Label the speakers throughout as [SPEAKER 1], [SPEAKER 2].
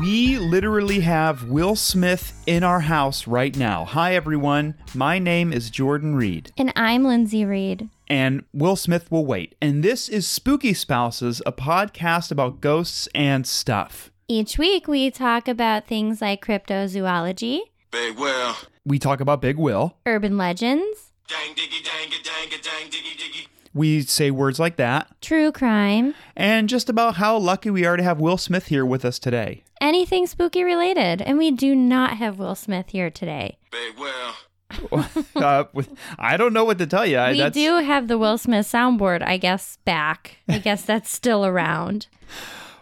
[SPEAKER 1] We literally have Will Smith in our house right now. Hi, everyone. My name is Jordan Reed,
[SPEAKER 2] And I'm Lindsay Reed.
[SPEAKER 1] and Will Smith will wait. And this is Spooky Spouses, a podcast about ghosts and stuff.
[SPEAKER 2] Each week we talk about things like cryptozoology,
[SPEAKER 3] Big well.
[SPEAKER 1] We talk about Big Will.
[SPEAKER 2] urban legends,
[SPEAKER 3] Dang diggy dang a dang a dang diggy diggy.
[SPEAKER 1] We say words like that,
[SPEAKER 2] true crime,
[SPEAKER 1] and just about how lucky we are to have Will Smith here with us today.
[SPEAKER 2] anything spooky related. And we do not have Will Smith here today.
[SPEAKER 3] Big well.
[SPEAKER 1] uh, with, I don't know what to tell you. I-
[SPEAKER 2] we
[SPEAKER 1] that's,
[SPEAKER 2] do have the Will Smith soundboard, I guess, back. I guess that's still around.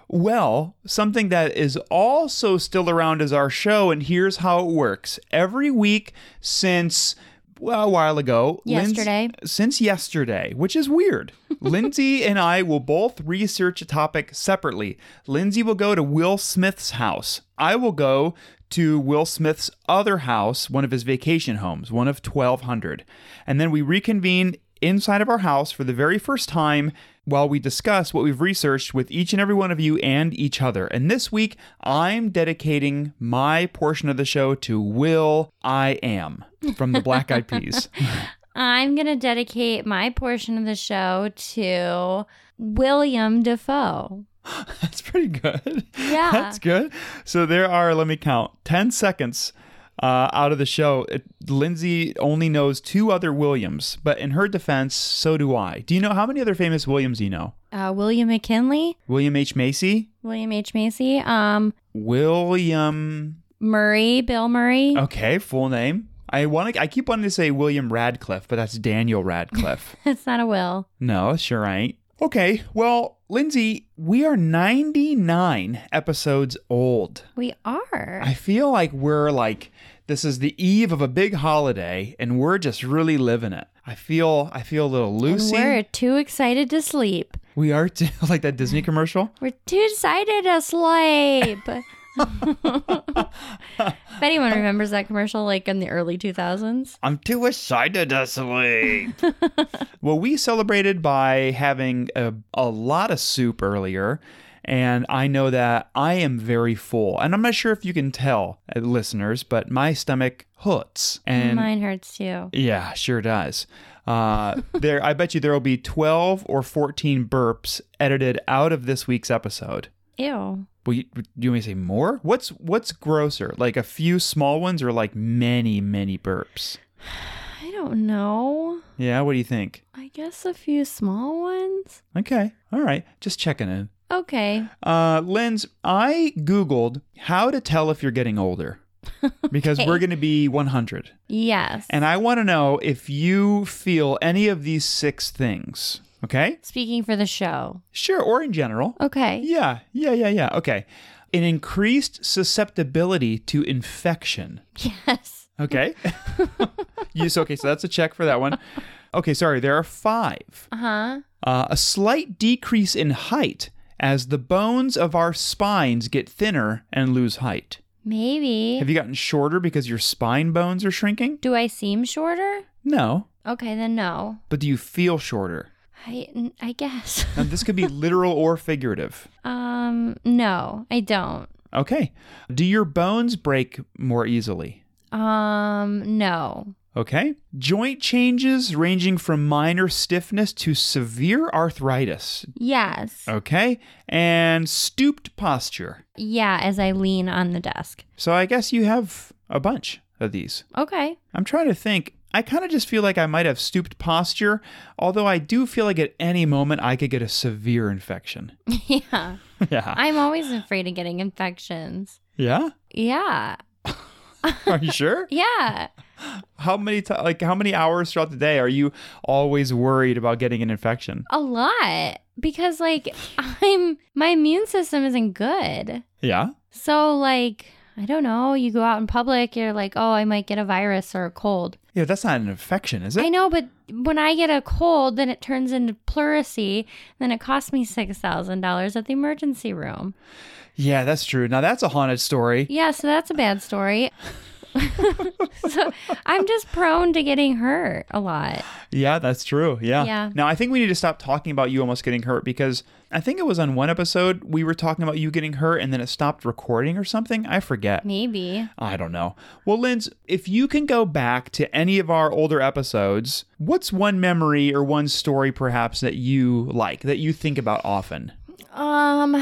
[SPEAKER 1] Well, something that is also still around is our show, and here's how it works. Every week since well, a while ago, Linds-
[SPEAKER 2] Yesterday.
[SPEAKER 1] since yesterday, which is weird, Lindsay and I will both research a topic separately. Lindsay will go to Will Smith's house. I will go to Will Smith's other house, one of his vacation homes, one of 1200. And then we reconvene inside of our house for the very first time while we discuss what we've researched with each and every one of you and each other. And this week, I'm dedicating my portion of the show to Will I Am from the Black Eyed Peas.
[SPEAKER 2] I'm going to dedicate my portion of the show to William Defoe.
[SPEAKER 1] That's pretty good.
[SPEAKER 2] Yeah.
[SPEAKER 1] That's good. So there are, let me count, 10 seconds uh, out of the show. It, Lindsay only knows two other Williams, but in her defense, so do I. Do you know how many other famous Williams you know?
[SPEAKER 2] Uh, William McKinley,
[SPEAKER 1] William H. Macy?
[SPEAKER 2] William H. Macy, um,
[SPEAKER 1] William.
[SPEAKER 2] Murray, Bill Murray.
[SPEAKER 1] Okay, full name. I want to. I keep wanting to say William Radcliffe, but that's Daniel Radcliffe.
[SPEAKER 2] It's not a will.
[SPEAKER 1] no, sure ain't. Okay, well, Lindsay, we are 99 episodes old.
[SPEAKER 2] We are.
[SPEAKER 1] I feel like we're like this is the eve of a big holiday and we're just really living it. I feel I feel a little
[SPEAKER 2] and
[SPEAKER 1] loosey.
[SPEAKER 2] we're too excited to sleep.
[SPEAKER 1] We are too, like that Disney commercial.
[SPEAKER 2] We're too excited to sleep. if anyone remembers that commercial, like in the early 2000s,
[SPEAKER 1] I'm too excited to sleep. well, we celebrated by having a, a lot of soup earlier. And I know that I am very full. And I'm not sure if you can tell, uh, listeners, but my stomach hurts. And
[SPEAKER 2] mine hurts too.
[SPEAKER 1] Yeah, sure does. Uh, there, I bet you there will be twelve or fourteen burps edited out of this week's episode.
[SPEAKER 2] Ew.
[SPEAKER 1] Well, you, you want me to say more? What's what's grosser, like a few small ones, or like many many burps?
[SPEAKER 2] I don't know.
[SPEAKER 1] Yeah, what do you think?
[SPEAKER 2] I guess a few small ones.
[SPEAKER 1] Okay, all right, just checking in.
[SPEAKER 2] Okay.
[SPEAKER 1] Uh, Linz, I googled how to tell if you're getting older because we're going to be 100,
[SPEAKER 2] Yes.
[SPEAKER 1] and I want to know if you feel any of these six things. Okay,
[SPEAKER 2] Speaking for the show.
[SPEAKER 1] sure, or in general.
[SPEAKER 2] Okay.
[SPEAKER 1] Yeah, yeah, yeah, yeah. Okay. An increased susceptibility to infection.
[SPEAKER 2] Yes.
[SPEAKER 1] Okay. you, so, okay, so that's a check for that one. Okay, sorry, there are five.
[SPEAKER 2] Uh huh.
[SPEAKER 1] Uh, a slight decrease in height as the bones of our spines get thinner and lose height.
[SPEAKER 2] Maybe.
[SPEAKER 1] Have you gotten shorter because your spine bones are shrinking?
[SPEAKER 2] Do I seem shorter?
[SPEAKER 1] No.
[SPEAKER 2] Okay, then no.
[SPEAKER 1] But do you feel shorter?
[SPEAKER 2] I I guess.
[SPEAKER 1] Now, this could be literal or figurative.
[SPEAKER 2] Um, no, I don't.
[SPEAKER 1] Okay. Do your bones break more easily?
[SPEAKER 2] Um, no.
[SPEAKER 1] Okay. Joint changes ranging from minor stiffness to severe arthritis.
[SPEAKER 2] Yes.
[SPEAKER 1] Okay. And stooped posture.
[SPEAKER 2] Yeah, as I lean on the desk.
[SPEAKER 1] So I guess you have a bunch of these.
[SPEAKER 2] Okay.
[SPEAKER 1] I'm trying to think. I kind of just feel like I might have stooped posture, although I do feel like at any moment I could get a severe infection.
[SPEAKER 2] yeah.
[SPEAKER 1] yeah.
[SPEAKER 2] I'm always afraid of getting infections.
[SPEAKER 1] Yeah?
[SPEAKER 2] Yeah.
[SPEAKER 1] Are you sure?
[SPEAKER 2] Yeah.
[SPEAKER 1] How many ti like how many hours throughout the day are you always worried about getting an infection?
[SPEAKER 2] A lot because like I'm my immune system isn't good.
[SPEAKER 1] Yeah.
[SPEAKER 2] So like I don't know, you go out in public, you're like, "Oh, I might get a virus or a cold."
[SPEAKER 1] Yeah, that's not an infection, is
[SPEAKER 2] I
[SPEAKER 1] it?
[SPEAKER 2] know, but when I get a cold, then it turns into pleurisy, then it costs me $6,000 at the emergency room.
[SPEAKER 1] Yeah, that's true. Now that's a haunted story.
[SPEAKER 2] Yeah, so that's a bad story. so I'm just prone to getting hurt a lot.
[SPEAKER 1] Yeah, that's true. Yeah.
[SPEAKER 2] Yeah.
[SPEAKER 1] Now, I think we need to stop talking about you almost getting hurt because I think it was on one episode we were talking about you getting hurt and then it stopped recording or something. I forget.
[SPEAKER 2] Maybe.
[SPEAKER 1] I don't know. Well, Linz, if you can go back to any of our older episodes, what's one memory or one story perhaps that you like, that you think about often?
[SPEAKER 2] Um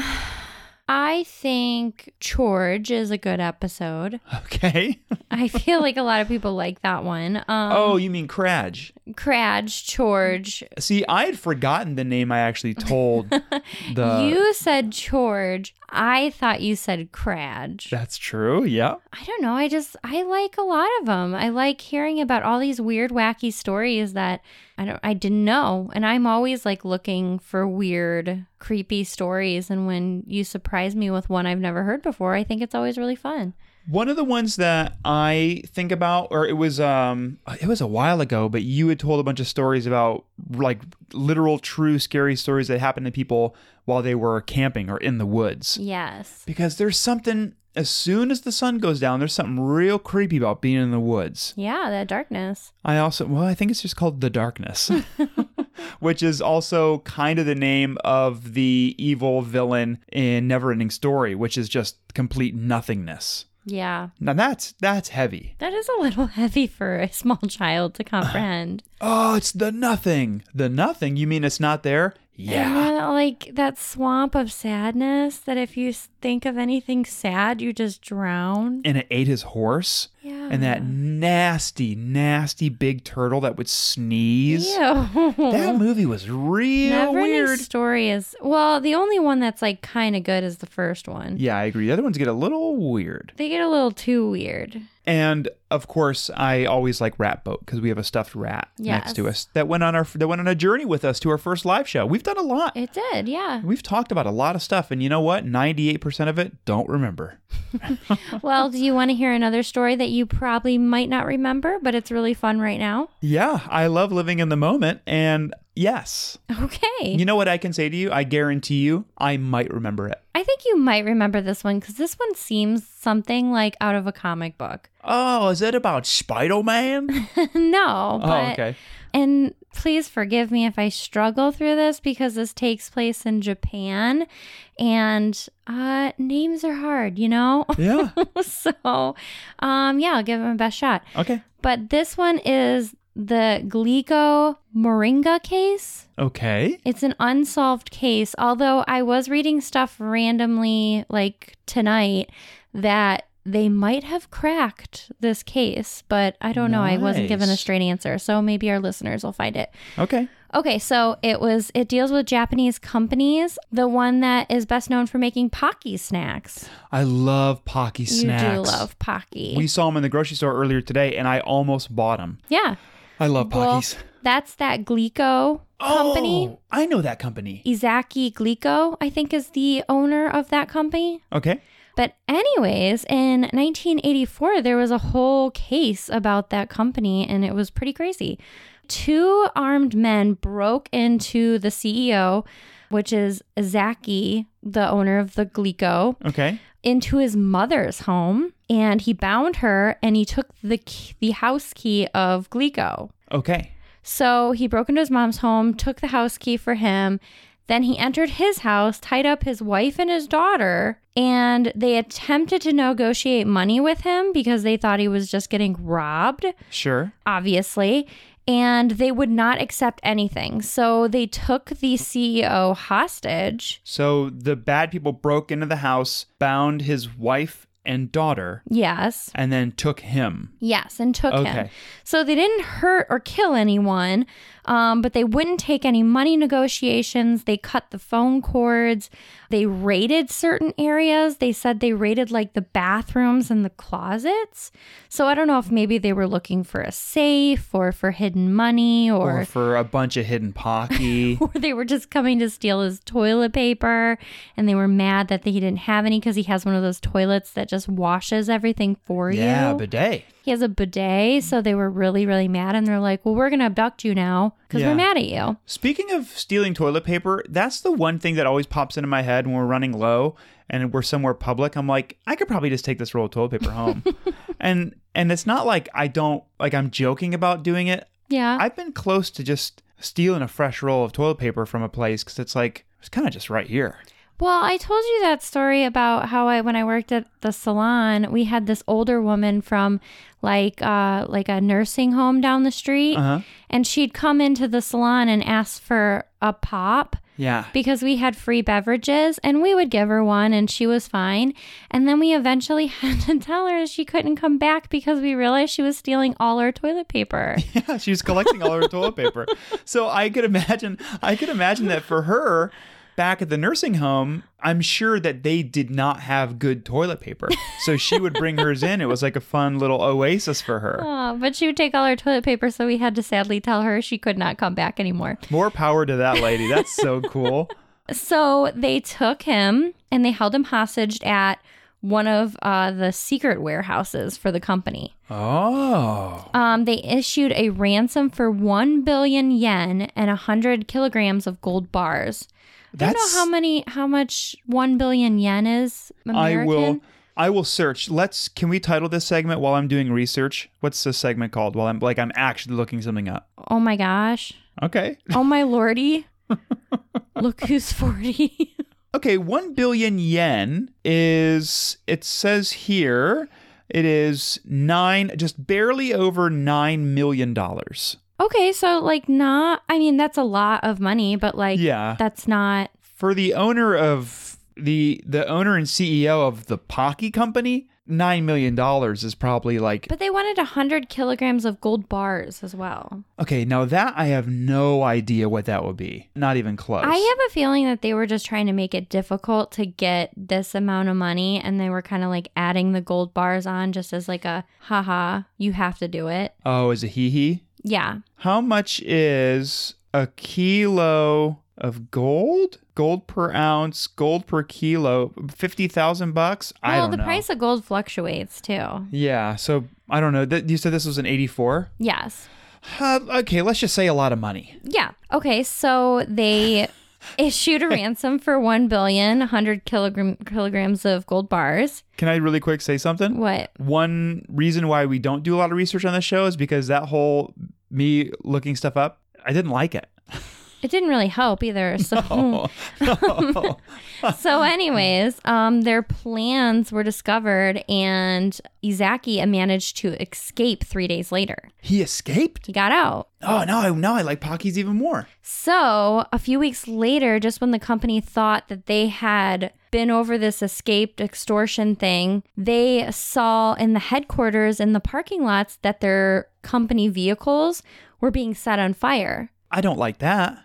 [SPEAKER 2] I think George is a good episode.
[SPEAKER 1] Okay.
[SPEAKER 2] I feel like a lot of people like that one. Um
[SPEAKER 1] oh, you mean Cradge.
[SPEAKER 2] Cradge, George.
[SPEAKER 1] See, I had forgotten the name I actually told the.
[SPEAKER 2] you said George. I thought you said Cradge.
[SPEAKER 1] That's true. Yeah.
[SPEAKER 2] I don't know. I just I like a lot of them. I like hearing about all these weird, wacky stories that I don't I didn't know, and I'm always like looking for weird, creepy stories. And when you surprise me with one I've never heard before, I think it's always really fun.
[SPEAKER 1] One of the ones that I think about, or it was um it was a while ago, but you had told a bunch of stories about like literal true scary stories that happened to people while they were camping or in the woods.
[SPEAKER 2] Yes.
[SPEAKER 1] Because there's something as soon as the sun goes down, there's something real creepy about being in the woods.
[SPEAKER 2] Yeah, that darkness.
[SPEAKER 1] I also well, I think it's just called the darkness. Which is also kind of the name of the evil villain in Neverending Story, which is just complete nothingness.
[SPEAKER 2] Yeah.
[SPEAKER 1] Now that's that's heavy.
[SPEAKER 2] That is a little heavy for a small child to comprehend.
[SPEAKER 1] Oh, it's the nothing. The nothing? You mean it's not there? Yeah.
[SPEAKER 2] And then, like that swamp of sadness that if you s- think of anything sad, you just drown.
[SPEAKER 1] And it ate his horse.
[SPEAKER 2] Yeah.
[SPEAKER 1] And that nasty, nasty big turtle that would sneeze.
[SPEAKER 2] Ew.
[SPEAKER 1] That movie was real
[SPEAKER 2] Never
[SPEAKER 1] weird.
[SPEAKER 2] story is well, the only one that's like kind of good is the first one.
[SPEAKER 1] Yeah, I agree. The other ones get a little weird.
[SPEAKER 2] They get a little too weird.
[SPEAKER 1] And of course, I always like Rat Boat because we have a stuffed rat next to
[SPEAKER 2] Yes.
[SPEAKER 1] us that went on our that went on a journey with us to our first live show. We've done a lot.
[SPEAKER 2] It did, yeah.
[SPEAKER 1] We've talked about a lot of stuff, and you know what? Ninety-eight percent of it don't remember.
[SPEAKER 2] well, do you want to hear another story that you probably might not remember, but it's really fun right now?
[SPEAKER 1] Yeah, I love living in the moment. And yes,
[SPEAKER 2] Okay.
[SPEAKER 1] you know what I can say to you? I guarantee you, I might remember it.
[SPEAKER 2] I think you might remember this one because this one seems something like out of a comic book.
[SPEAKER 1] Oh, is it about Spider Man?
[SPEAKER 2] no,
[SPEAKER 1] oh,
[SPEAKER 2] but
[SPEAKER 1] okay.
[SPEAKER 2] And please forgive me if I struggle through this because this takes place in Japan and uh, names are hard, you know?
[SPEAKER 1] Yeah.
[SPEAKER 2] so, um, yeah, I'll give him a best shot.
[SPEAKER 1] Okay.
[SPEAKER 2] But this one is the Glico Moringa case.
[SPEAKER 1] Okay.
[SPEAKER 2] It's an unsolved case, although I was reading stuff randomly, like tonight, that they might have cracked this case, but I don't know. I wasn't given a
[SPEAKER 1] Nice.
[SPEAKER 2] straight answer. So maybe our listeners will find it.
[SPEAKER 1] Okay.
[SPEAKER 2] Okay, so it was it deals with Japanese companies. The one that is best known for making Pocky snacks.
[SPEAKER 1] I love Pocky snacks.
[SPEAKER 2] You do love Pocky.
[SPEAKER 1] We saw them in the grocery store earlier today, and I almost bought them.
[SPEAKER 2] yeah.
[SPEAKER 1] I love
[SPEAKER 2] Well,
[SPEAKER 1] Pockies.
[SPEAKER 2] that's that Glico company.
[SPEAKER 1] Oh, I know that company.
[SPEAKER 2] Izaki Glico, I think, is the owner of that company.
[SPEAKER 1] Okay.
[SPEAKER 2] But, anyways, in 1984, there was a whole case about that company, and it was pretty crazy. Two armed men broke into the CEO, which is Zaki, the owner of the Glico,
[SPEAKER 1] Okay.
[SPEAKER 2] into his mother's home, and he bound her, and he took the key, the house key of Glico.
[SPEAKER 1] Okay.
[SPEAKER 2] So he broke into his mom's home, took the house key for him. Then he entered his house, tied up his wife and his daughter, and they attempted to negotiate money with him because they thought he was just getting robbed,
[SPEAKER 1] Sure.
[SPEAKER 2] obviously, and they would not accept anything. So they took the CEO hostage.
[SPEAKER 1] So the bad people broke into the house, bound his wife and daughter,
[SPEAKER 2] Yes.
[SPEAKER 1] and then took him.
[SPEAKER 2] Yes, and took him.
[SPEAKER 1] Okay.
[SPEAKER 2] So they didn't hurt or kill anyone, um, but they wouldn't take any money negotiations. They cut the phone cords. They raided certain areas. They said they raided like the bathrooms and the closets. So I don't know if maybe they were looking for a safe or for hidden money
[SPEAKER 1] Or,
[SPEAKER 2] or.
[SPEAKER 1] for a bunch of hidden Pocky.
[SPEAKER 2] Or they were just coming to steal his toilet paper and they were mad that he didn't have any because he has one of those toilets that just washes everything for you.
[SPEAKER 1] yeah, bidet.
[SPEAKER 2] He has a bidet, so they were really, really mad, and they're like, "Well, we're gonna abduct you now because
[SPEAKER 1] Yeah.
[SPEAKER 2] we're mad at you."
[SPEAKER 1] Speaking of stealing toilet paper, that's the one thing that always pops into my head when we're running low and we're somewhere public. I'm like, I could probably just take this roll of toilet paper home. And and it's not like I don't like I'm joking about doing it.
[SPEAKER 2] Yeah.
[SPEAKER 1] I've been close to just stealing a fresh roll of toilet paper from a place because it's like it's kind of just right here.
[SPEAKER 2] Well, I told you that story about how I when I worked at the salon, we had this older woman from like uh like a nursing home down the street
[SPEAKER 1] Uh huh.
[SPEAKER 2] and she'd come into the salon and ask for a pop
[SPEAKER 1] Yeah.
[SPEAKER 2] because we had free beverages and we would give her one and she was fine. And then we eventually had to tell her she couldn't come back because we realized she was stealing all our toilet paper.
[SPEAKER 1] Yeah, she was collecting all her toilet paper. So I could imagine I could imagine that for her back at the nursing home, I'm sure that they did not have good toilet paper. So she would bring hers in. It was like a fun little oasis for her.
[SPEAKER 2] Oh, but she would take all our toilet paper, so we had to sadly tell her she could not come back anymore.
[SPEAKER 1] More power to that lady. That's so cool.
[SPEAKER 2] So they took him and they held him hostage at one of uh, the secret warehouses for the company.
[SPEAKER 1] Oh.
[SPEAKER 2] Um, they issued a ransom for 1 billion yen and 100 kilograms of gold bars. I don't
[SPEAKER 1] That's-
[SPEAKER 2] know how many, how much 1 billion yen is American.
[SPEAKER 1] I will I will search. Let's can we title this segment while I'm doing research? What's this segment called? While I'm like I'm actually looking something up.
[SPEAKER 2] Oh my gosh.
[SPEAKER 1] Okay.
[SPEAKER 2] Oh my lordy. Look who's 40.
[SPEAKER 1] Okay, 1 billion yen is, it says here, it is nine, just barely over $9 million.
[SPEAKER 2] okay, so like not, I mean, that's a lot of money, but like,
[SPEAKER 1] Yeah.
[SPEAKER 2] that's not,
[SPEAKER 1] For the owner of the, the owner and CEO of the Pocky company, $9 million is probably like,
[SPEAKER 2] But they wanted 100 kilograms of gold bars as well.
[SPEAKER 1] okay, now that I have no idea what that would be. Not even close.
[SPEAKER 2] I have a feeling that they were just trying to make it difficult to get this amount of money and they were kind of like adding the gold bars on just as like a haha, you have to do it.
[SPEAKER 1] Oh, is it hee hee?
[SPEAKER 2] Yeah.
[SPEAKER 1] How much is a kilo of gold? Gold per ounce, gold per kilo, fifty thousand bucks. I
[SPEAKER 2] well,
[SPEAKER 1] don't
[SPEAKER 2] the
[SPEAKER 1] know.
[SPEAKER 2] price of gold fluctuates too.
[SPEAKER 1] Yeah, so I don't know. Th- you said this was an eighty-four.
[SPEAKER 2] Yes.
[SPEAKER 1] Uh, okay, let's just say a lot of money.
[SPEAKER 2] Yeah. Okay, so they issued a ransom for 1 billion, 100 kilogram- kilograms of gold bars.
[SPEAKER 1] Can I really quick say something?
[SPEAKER 2] What?
[SPEAKER 1] One reason why we don't do a lot of research on this show is because that whole me looking stuff up, I didn't like it.
[SPEAKER 2] It didn't really help either. So
[SPEAKER 1] Oh,
[SPEAKER 2] Mm.
[SPEAKER 1] no.
[SPEAKER 2] So, anyways, um, their plans were discovered, and Izaki managed to escape three days later.
[SPEAKER 1] he escaped.
[SPEAKER 2] He got out.
[SPEAKER 1] Oh no! Now I like Pockies even more.
[SPEAKER 2] So, a few weeks later, just when the company thought that they had been over this escaped extortion thing, they saw in the headquarters in the parking lots that their company vehicles were being set on fire.
[SPEAKER 1] I don't like that.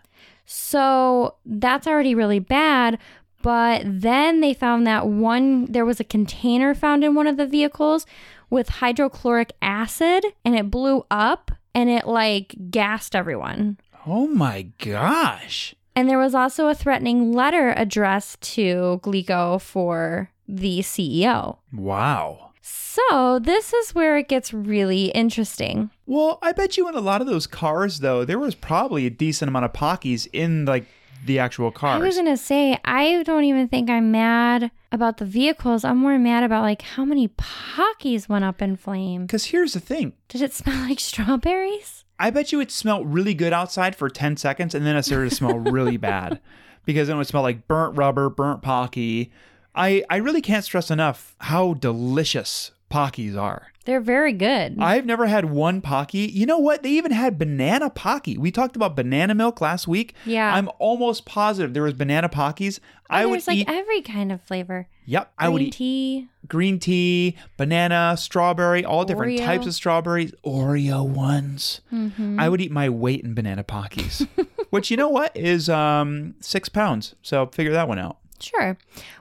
[SPEAKER 2] So that's already really bad. But then they found that one, there was a container found in one of the vehicles with hydrochloric acid and it blew up and it like gassed everyone.
[SPEAKER 1] Oh my gosh.
[SPEAKER 2] And there was also a threatening letter addressed to Glico for the CEO.
[SPEAKER 1] Wow.
[SPEAKER 2] So this is where it gets really interesting.
[SPEAKER 1] Well, I bet you in a lot of those cars though, there was probably a decent amount of Pockies in like the actual
[SPEAKER 2] I was
[SPEAKER 1] cars.
[SPEAKER 2] gonna say I don't even think I'm mad about the vehicles. I'm more mad about like how many pockies went up in flame.
[SPEAKER 1] Because here's the thing.
[SPEAKER 2] Did it smell like strawberries?
[SPEAKER 1] I bet you it smelled really good outside for 10 seconds and then it started to smell really bad because then it would smell like burnt rubber, burnt Pocky. I, I really can't stress enough how delicious Pockies are.
[SPEAKER 2] They're very good.
[SPEAKER 1] I've never had one Pocky. You know what? They even had banana Pocky. We talked about banana milk last week.
[SPEAKER 2] Yeah.
[SPEAKER 1] I'm almost positive there was banana Pockies. I
[SPEAKER 2] And
[SPEAKER 1] would
[SPEAKER 2] there's like
[SPEAKER 1] eat.
[SPEAKER 2] every kind of flavor.
[SPEAKER 1] Yep, I would
[SPEAKER 2] Green
[SPEAKER 1] eat
[SPEAKER 2] tea.
[SPEAKER 1] green tea, banana, strawberry, all different
[SPEAKER 2] Oreo. Mm-hmm.
[SPEAKER 1] types of strawberries, Oreo ones. I would eat my weight in banana pockies, which you know what is um six pounds. So figure that one out.
[SPEAKER 2] Sure.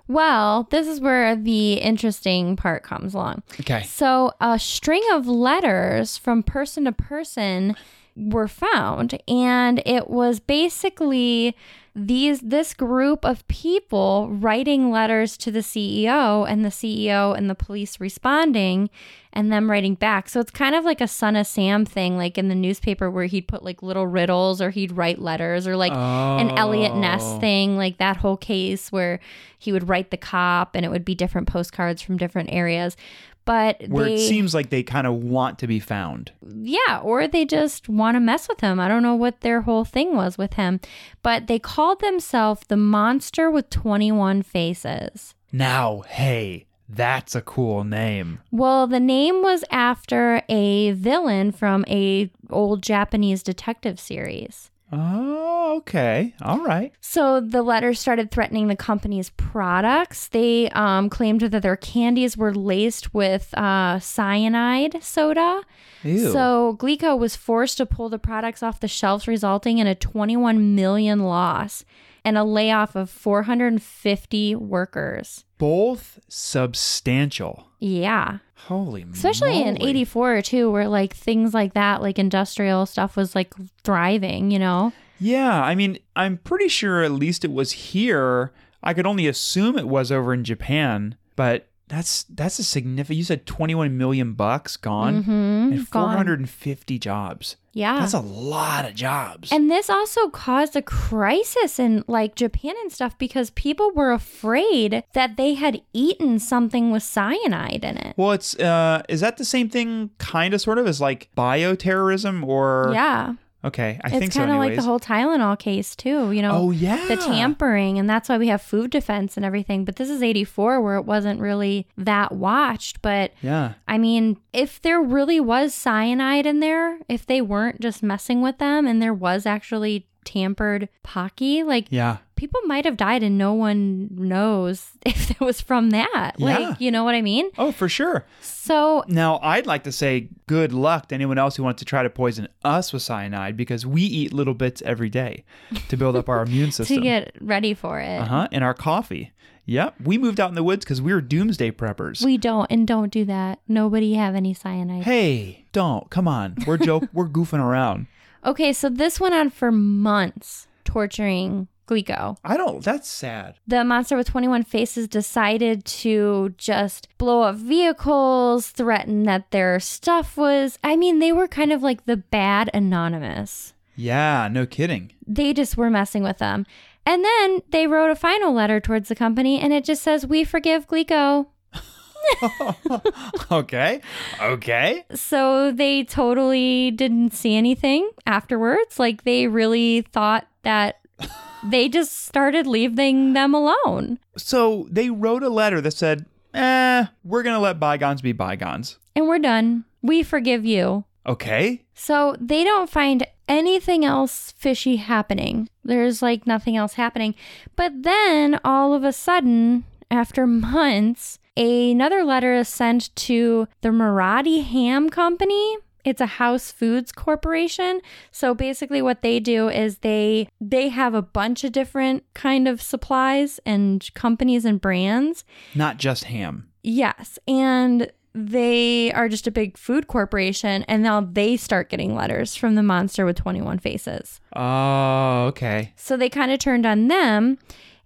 [SPEAKER 2] Well, this is where the interesting part comes along.
[SPEAKER 1] Okay.
[SPEAKER 2] So, a string of letters from person to person were found and it was basically these this group of people writing letters to the CEO and the CEO and the police responding and them writing back. So it's kind of like a Son of Sam thing like in the newspaper where he'd put like little riddles or he'd write letters or like an Elliot Ness
[SPEAKER 1] Oh.
[SPEAKER 2] thing, like that whole case where he would write the cop and it would be different postcards from different areas. but
[SPEAKER 1] where
[SPEAKER 2] they
[SPEAKER 1] it seems like they kind of want to be found.
[SPEAKER 2] yeah, or they just want to mess with him. I don't know what their whole thing was with him, but they called themselves the monster with 21 faces.
[SPEAKER 1] Now, hey, that's a cool name.
[SPEAKER 2] Well, the name was after a villain from a old Japanese detective series.
[SPEAKER 1] Oh, okay. All right.
[SPEAKER 2] So the letters started threatening the company's products. They um, claimed that their candies were laced with uh, cyanide soda.
[SPEAKER 1] Ew.
[SPEAKER 2] So Glico was forced to pull the products off the shelves, resulting in a 21 million loss and a layoff of 450 workers.
[SPEAKER 1] Both substantial.
[SPEAKER 2] Yeah.
[SPEAKER 1] Holy
[SPEAKER 2] Especially in
[SPEAKER 1] moly.
[SPEAKER 2] 84 too, where like things like that, like industrial stuff was like thriving, you know?
[SPEAKER 1] Yeah, I mean, I'm pretty sure at least it was here. I could only assume it was over in Japan, but that's that's a significant. You said 21 million bucks gone
[SPEAKER 2] Mhm,
[SPEAKER 1] and
[SPEAKER 2] gone.
[SPEAKER 1] 450 jobs.
[SPEAKER 2] Yeah.
[SPEAKER 1] That's a lot of jobs.
[SPEAKER 2] And this also caused a crisis in like Japan and stuff because people were afraid that they had eaten something with cyanide in it.
[SPEAKER 1] well, it's uh, is that the same thing, kind of, sort of, as like bioterrorism or?
[SPEAKER 2] yeah.
[SPEAKER 1] Okay, I think
[SPEAKER 2] It's
[SPEAKER 1] so.
[SPEAKER 2] kind of
[SPEAKER 1] Anyways.
[SPEAKER 2] like the whole Tylenol case too, you know.
[SPEAKER 1] oh yeah.
[SPEAKER 2] The tampering, and that's why we have food defense and everything. But this is 84 where it wasn't really that watched. But
[SPEAKER 1] Yeah.
[SPEAKER 2] I mean, if there really was cyanide in there, if they weren't just messing with them and there was actually tampered Pocky, like
[SPEAKER 1] Yeah.
[SPEAKER 2] people might have died and no one knows if it was from that.
[SPEAKER 1] Yeah.
[SPEAKER 2] Like, you know what I mean?
[SPEAKER 1] Oh, for sure.
[SPEAKER 2] So,
[SPEAKER 1] Now, I'd like to say good luck to anyone else who wants to try to poison us with cyanide because we eat little bits every day to build up our immune
[SPEAKER 2] to
[SPEAKER 1] system.
[SPEAKER 2] get ready for it,
[SPEAKER 1] uh huh. And our coffee. Yep. We moved out in the woods because we were doomsday preppers.
[SPEAKER 2] we don't, and don't do that. Nobody have any cyanide.
[SPEAKER 1] hey, don't. Come on. We're joke. we're goofing around.
[SPEAKER 2] Okay, so this went on for months, torturing Glico.
[SPEAKER 1] I don't. That's sad.
[SPEAKER 2] the monster with 21 faces decided to just blow up vehicles, threaten that their stuff was. I mean, they were kind of like the bad anonymous.
[SPEAKER 1] Yeah. No kidding.
[SPEAKER 2] They just were messing with them. And then they wrote a final letter towards the company and it just says, We forgive Glico.
[SPEAKER 1] okay. Okay.
[SPEAKER 2] So they totally didn't see anything afterwards. Like they really thought that they just started leaving them alone.
[SPEAKER 1] So they wrote a letter that said, eh, we're going to let bygones be bygones.
[SPEAKER 2] And we're done. We forgive you.
[SPEAKER 1] Okay.
[SPEAKER 2] So they don't find anything else fishy happening. There's like nothing else happening. But then all of a sudden, after months, another letter is sent to the Marathi Ham Company. It's a house foods corporation. So basically what they do is they they have a bunch of different kind of supplies and companies and brands
[SPEAKER 1] Not just ham.
[SPEAKER 2] Yes. And they are just a big food corporation. And now they start getting letters from the monster with 21 faces.
[SPEAKER 1] Oh, okay.
[SPEAKER 2] So they kind of turned on them.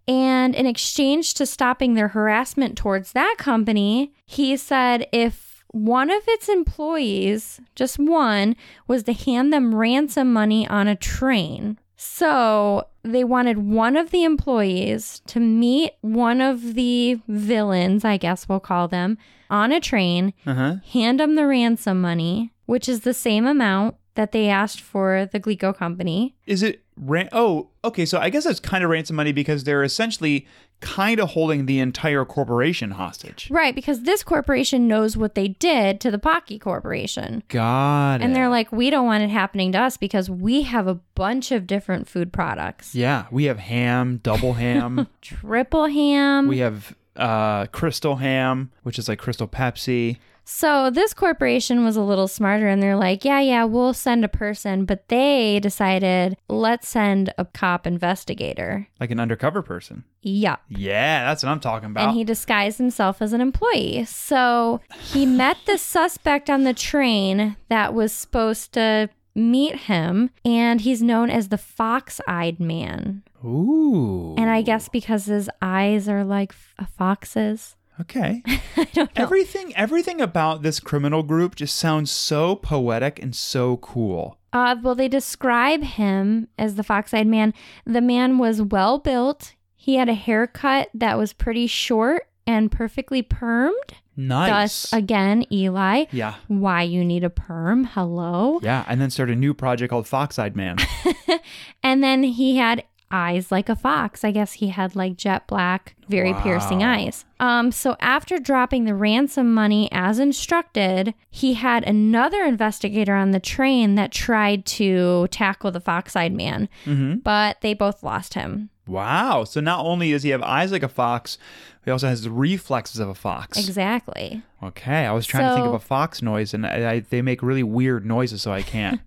[SPEAKER 2] And in exchange to stopping their harassment towards that company, he said if one of its employees, just one, was to hand them ransom money on a train. So they wanted one of the employees to meet one of the villains, I guess we'll call them, on a train,
[SPEAKER 1] Uh huh.
[SPEAKER 2] hand them the ransom money, which is the same amount that they asked for the Glico company.
[SPEAKER 1] Is it ran? Oh, okay. So I guess it's kind of ransom money because they're essentially kind of holding the entire corporation hostage.
[SPEAKER 2] Right, because this corporation knows what they did to the Pocky Corporation.
[SPEAKER 1] Got it.
[SPEAKER 2] And they're like, we don't want it happening to us because we have a bunch of different food products.
[SPEAKER 1] yeah, we have ham, double ham.
[SPEAKER 2] Triple ham.
[SPEAKER 1] we have uh, crystal ham, which is like crystal Pepsi.
[SPEAKER 2] so this corporation was a little smarter and they're like, yeah, yeah, we'll send a person. But they decided, let's send a cop investigator.
[SPEAKER 1] Like an undercover person.
[SPEAKER 2] Yup.
[SPEAKER 1] Yeah, that's what I'm talking about.
[SPEAKER 2] and he disguised himself as an employee. So he met the suspect on the train that was supposed to meet him, and he's known as the fox eyed man.
[SPEAKER 1] Ooh.
[SPEAKER 2] And I guess because his eyes are like f- uh, a fox's.
[SPEAKER 1] Okay.
[SPEAKER 2] I don't know.
[SPEAKER 1] everything, everything about this criminal group just sounds so poetic and so cool.
[SPEAKER 2] Uh, well, they describe him as the fox eyed man. The man was well built, he had a haircut that was pretty short and perfectly permed.
[SPEAKER 1] Nice.
[SPEAKER 2] Thus, again, Eli,
[SPEAKER 1] yeah.
[SPEAKER 2] why you need a perm. Hello.
[SPEAKER 1] Yeah. And then start a new project called Fox Eyed Man.
[SPEAKER 2] And then he had eyes like a fox. I guess he had like jet black, very piercing
[SPEAKER 1] Wow.
[SPEAKER 2] eyes. Um, so after dropping the ransom money as instructed, he had another investigator on the train that tried to tackle the fox-eyed man,
[SPEAKER 1] hmm
[SPEAKER 2] but they both lost him.
[SPEAKER 1] Wow. So not only does he have eyes like a fox, he also has the reflexes of a fox.
[SPEAKER 2] Exactly.
[SPEAKER 1] Okay. I was trying to think of
[SPEAKER 2] So-
[SPEAKER 1] a fox noise, and I, I, they make really weird noises, so I can't.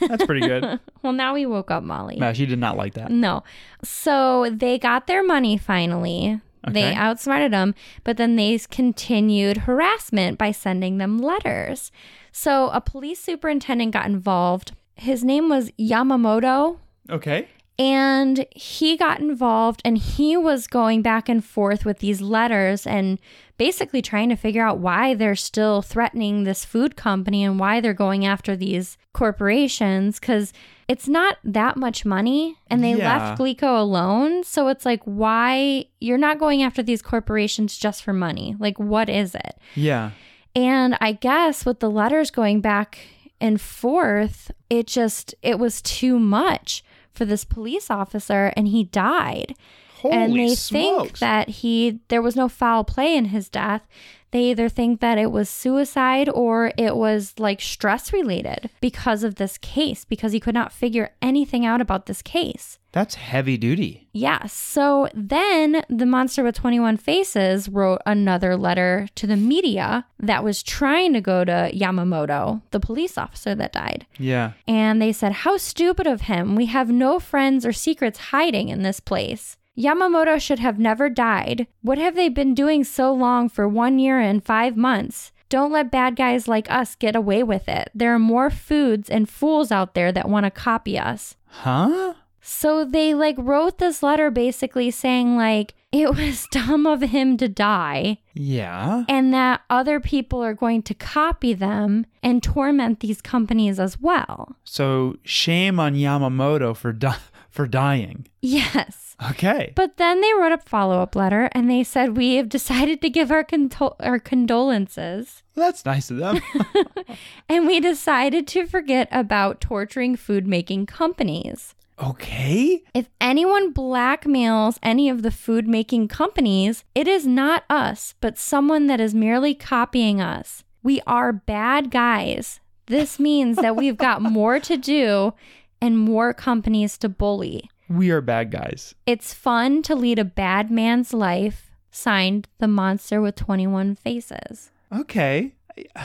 [SPEAKER 1] That's pretty good.
[SPEAKER 2] Well, now we woke up Molly.
[SPEAKER 1] No, she did not like that.
[SPEAKER 2] No. So they got their money finally. They
[SPEAKER 1] Okay.
[SPEAKER 2] outsmarted them, but then they continued harassment by sending them letters. So a police superintendent got involved. His name was Yamamoto,
[SPEAKER 1] Okay.
[SPEAKER 2] and he got involved and he was going back and forth with these letters and basically trying to figure out why they're still threatening this food company and why they're going after these corporations because it's not that much money and they
[SPEAKER 1] Yeah.
[SPEAKER 2] left Glico alone. So it's like, why you're not going after these corporations just for money? Like, what is it?
[SPEAKER 1] Yeah.
[SPEAKER 2] And I guess with the letters going back and forth, it just it was too much for this police officer and he died.
[SPEAKER 1] Holy
[SPEAKER 2] and they
[SPEAKER 1] smokes.
[SPEAKER 2] think that he there was no foul play in his death. They either think that it was suicide or it was like stress related because of this case because he could not figure anything out about this case.
[SPEAKER 1] That's heavy duty.
[SPEAKER 2] Yeah, so then the monster with 21 faces wrote another letter to the media that was trying to go to Yamamoto, the police officer that died.
[SPEAKER 1] Yeah.
[SPEAKER 2] And they said, How stupid of him. We have no friends or secrets hiding in this place. Yamamoto should have never died. What have they been doing so long for one year and five months? Don't let bad guys like us get away with it. There are more foods and fools out there that want to copy us.
[SPEAKER 1] Huh?
[SPEAKER 2] So they like wrote this letter basically saying like it was dumb of him to die
[SPEAKER 1] Yeah.
[SPEAKER 2] and that other people are going to copy them and torment these companies as well.
[SPEAKER 1] So shame on Yamamoto for di- for dying.
[SPEAKER 2] Yes.
[SPEAKER 1] Okay.
[SPEAKER 2] But then they wrote a follow-up letter and they said we have decided to give our condo- our condolences
[SPEAKER 1] That's nice of them.
[SPEAKER 2] and we decided to forget about torturing food making companies.
[SPEAKER 1] okay.
[SPEAKER 2] If anyone blackmails any of the food making companies, it is not us, but someone that is merely copying us. We are bad guys. This means that we've got more to do and more companies to bully.
[SPEAKER 1] We are bad guys.
[SPEAKER 2] It's fun to lead a bad man's life. Signed, The Monster with 21 Faces.
[SPEAKER 1] Okay.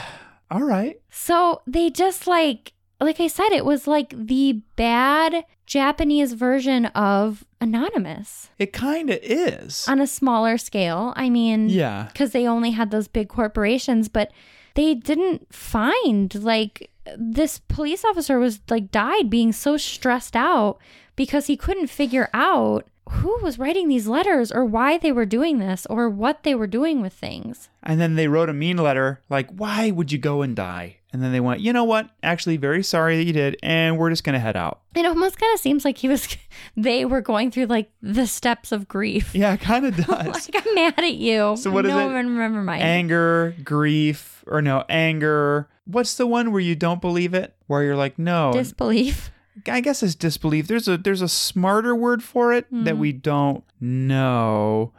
[SPEAKER 1] All right.
[SPEAKER 2] So they just like, like I said, it was like the bad Japanese version of Anonymous.
[SPEAKER 1] It kind of is.
[SPEAKER 2] on a smaller scale. I mean,
[SPEAKER 1] yeah.
[SPEAKER 2] because they only had those big corporations, but they didn't find like this police officer was like died being so stressed out because he couldn't figure out who was writing these letters or why they were doing this or what they were doing with things.
[SPEAKER 1] And then they wrote a mean letter like, "Why would you go and die?" And then they went, "You know what? Actually, very sorry that you did, and we're just going to head out."
[SPEAKER 2] It almost kind of seems like he was, they were going through like the steps of grief.
[SPEAKER 1] Yeah, it kind of does.
[SPEAKER 2] Like I'm mad at you.
[SPEAKER 1] So what
[SPEAKER 2] no
[SPEAKER 1] is it?
[SPEAKER 2] one remember mine.
[SPEAKER 1] anger, grief, or no, anger. What's the one where you don't believe it? Where you're like, "No."
[SPEAKER 2] Disbelief.
[SPEAKER 1] I guess it's disbelief. There's a there's a smarter word for it that we don't know.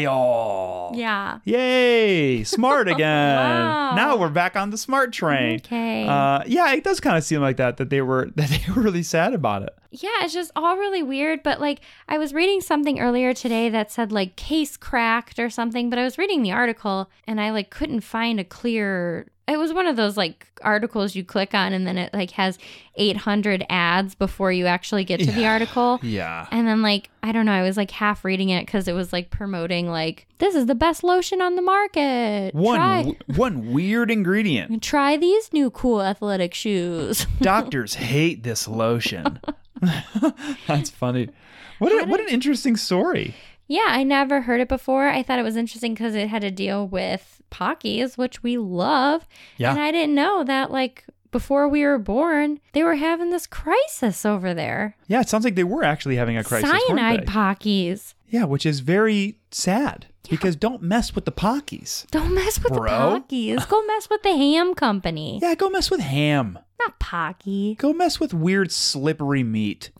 [SPEAKER 1] Denial.
[SPEAKER 2] Yeah.
[SPEAKER 1] Yay! Smart again.
[SPEAKER 2] Wow.
[SPEAKER 1] Now we're back on the smart train.
[SPEAKER 2] Okay.
[SPEAKER 1] Uh, yeah, it does kind of seem like that that they were that they were really sad about it.
[SPEAKER 2] Yeah, it's just all really weird. But like, I was reading something earlier today that said like case cracked or something, but I was reading the article and I like couldn't find a clear. It was one of those like articles you click on and then it like has 800 ads before you actually get to the article.
[SPEAKER 1] Yeah.
[SPEAKER 2] And then like, I don't know, I was like half reading it because it was like promoting like, this is the best lotion on the market.
[SPEAKER 1] One
[SPEAKER 2] Try,
[SPEAKER 1] w- one weird ingredient.
[SPEAKER 2] try these new cool athletic shoes.
[SPEAKER 1] Doctors hate this lotion. That's funny. What a, what an interesting story.
[SPEAKER 2] Yeah, I never heard it before. I thought it was interesting because it had to deal with Pockies, which we love.
[SPEAKER 1] Yeah.
[SPEAKER 2] And I didn't know that, like, before we were born, they were having this crisis over there.
[SPEAKER 1] Yeah, it sounds like they were actually having a crisis. weren't
[SPEAKER 2] Cyanide
[SPEAKER 1] they?
[SPEAKER 2] Pockies.
[SPEAKER 1] Yeah, which is very sad. Because don't mess with the Pockies.
[SPEAKER 2] Don't mess with
[SPEAKER 1] Bro.
[SPEAKER 2] the Pockies. Go mess with the ham company.
[SPEAKER 1] Yeah, go mess with ham.
[SPEAKER 2] Not Pocky.
[SPEAKER 1] Go mess with weird slippery meat.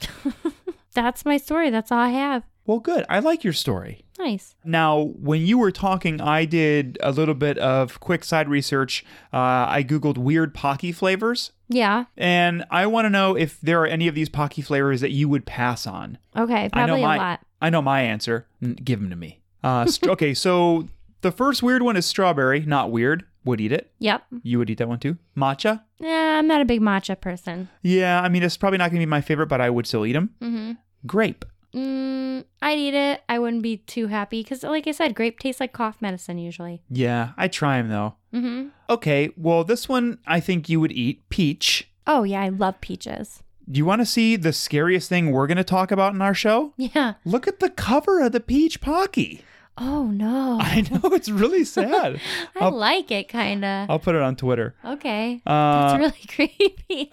[SPEAKER 2] That's my story. That's all I have.
[SPEAKER 1] Well, good. I like your story.
[SPEAKER 2] Nice.
[SPEAKER 1] Now, when you were talking, I did a little bit of quick side research. Uh, I Googled weird Pocky flavors,
[SPEAKER 2] Yeah.
[SPEAKER 1] and I want to know if there are any of these Pocky flavors that you would pass on.
[SPEAKER 2] Okay.
[SPEAKER 1] I
[SPEAKER 2] Probably
[SPEAKER 1] know my,
[SPEAKER 2] a lot.
[SPEAKER 1] I know my answer. N- Give them to me. Uh, st- okay, so the first weird one is strawberry. Not weird. Would eat it.
[SPEAKER 2] Yep.
[SPEAKER 1] You would eat that one too. Matcha.
[SPEAKER 2] Nah, I'm not a big matcha person.
[SPEAKER 1] Yeah, I mean it's probably not going to be my favorite, but I would still eat them.
[SPEAKER 2] Mm-hmm.
[SPEAKER 1] Grape.
[SPEAKER 2] Mm, I'd eat it. I wouldn't be too happy because, like I said, grape tastes like cough medicine usually.
[SPEAKER 1] Yeah, I try them though.
[SPEAKER 2] Mm-hmm.
[SPEAKER 1] Okay, well this one I think you would eat. Peach.
[SPEAKER 2] Oh yeah, I love peaches.
[SPEAKER 1] Do you want to see the scariest thing we're going to talk about in our show?
[SPEAKER 2] Yeah.
[SPEAKER 1] Look at the cover of the Peach Pocky.
[SPEAKER 2] Oh no. I,
[SPEAKER 1] I know it's really sad. I'll,
[SPEAKER 2] like it kinda.
[SPEAKER 1] I'll put it on Twitter.
[SPEAKER 2] okay.
[SPEAKER 1] Uh,
[SPEAKER 2] That's really creepy.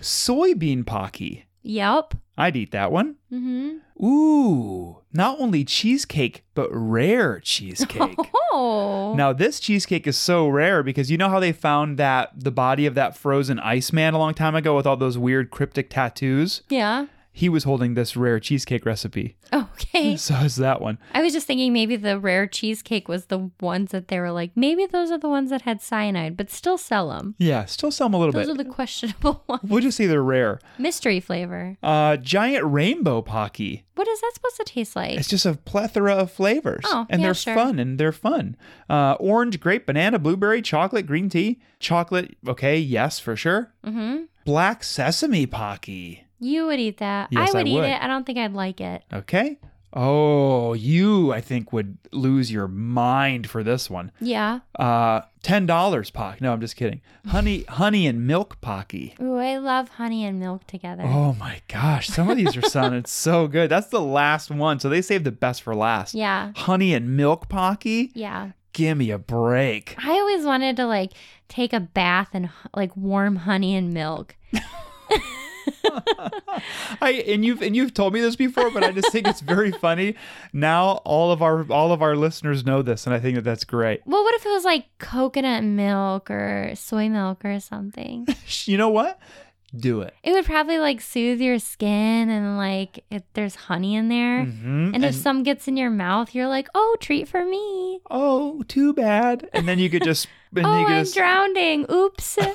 [SPEAKER 1] soybean Pocky.
[SPEAKER 2] yep.
[SPEAKER 1] I'd eat that one.
[SPEAKER 2] Mm-hmm.
[SPEAKER 1] Ooh, not only cheesecake, but rare cheesecake.
[SPEAKER 2] Oh.
[SPEAKER 1] now, this cheesecake is so rare because you know how they found that the body of that frozen Iceman a long time ago with all those weird cryptic tattoos?
[SPEAKER 2] Yeah.
[SPEAKER 1] He was holding this rare cheesecake recipe.
[SPEAKER 2] Okay.
[SPEAKER 1] So is that one.
[SPEAKER 2] I was just thinking maybe the rare cheesecake was the ones that they were like, maybe those are the ones that had cyanide, but still sell them.
[SPEAKER 1] Yeah, still sell them a little
[SPEAKER 2] Those are
[SPEAKER 1] bit.
[SPEAKER 2] the questionable ones.
[SPEAKER 1] We'll just say they're rare.
[SPEAKER 2] Mystery flavor.
[SPEAKER 1] Uh, giant rainbow pocky.
[SPEAKER 2] What is that supposed to taste like?
[SPEAKER 1] It's just a plethora of flavors.
[SPEAKER 2] Oh,
[SPEAKER 1] and
[SPEAKER 2] yeah,
[SPEAKER 1] they're
[SPEAKER 2] sure.
[SPEAKER 1] fun and they're fun. Uh, orange, grape, banana, blueberry, chocolate, green tea, chocolate. Okay, yes, for sure.
[SPEAKER 2] Mm-hmm.
[SPEAKER 1] Black sesame pocky.
[SPEAKER 2] You would eat that.
[SPEAKER 1] Yes,
[SPEAKER 2] I
[SPEAKER 1] I
[SPEAKER 2] would eat
[SPEAKER 1] would.
[SPEAKER 2] it. I don't think I'd like it.
[SPEAKER 1] Okay. Oh, you, I think, would lose your mind for this one.
[SPEAKER 2] Yeah.
[SPEAKER 1] Uh, ten dollars pock. No, I'm just kidding. Honey, honey and milk pocky.
[SPEAKER 2] Ooh, I love honey and milk together.
[SPEAKER 1] Oh my gosh, some of these are sounding so good. That's the last one, so they saved the best for last.
[SPEAKER 2] Yeah.
[SPEAKER 1] Honey and milk pocky.
[SPEAKER 2] Yeah.
[SPEAKER 1] Give me a break.
[SPEAKER 2] I always wanted to like take a bath and like warm honey and milk.
[SPEAKER 1] I and you've and you've told me this before, but I just think it's very funny. Now all of our all of our listeners know this, and I think that that's great.
[SPEAKER 2] Well, what if it was like coconut milk or soy milk or something?
[SPEAKER 1] You know what? Do it.
[SPEAKER 2] it would probably like soothe your skin and like if there's honey in there.
[SPEAKER 1] Mhm,
[SPEAKER 2] And, if some gets in your mouth, you're like, oh, treat for me.
[SPEAKER 1] oh, too bad. And then you could just and
[SPEAKER 2] Oh,
[SPEAKER 1] you could
[SPEAKER 2] I'm
[SPEAKER 1] just,
[SPEAKER 2] drowning. Oops.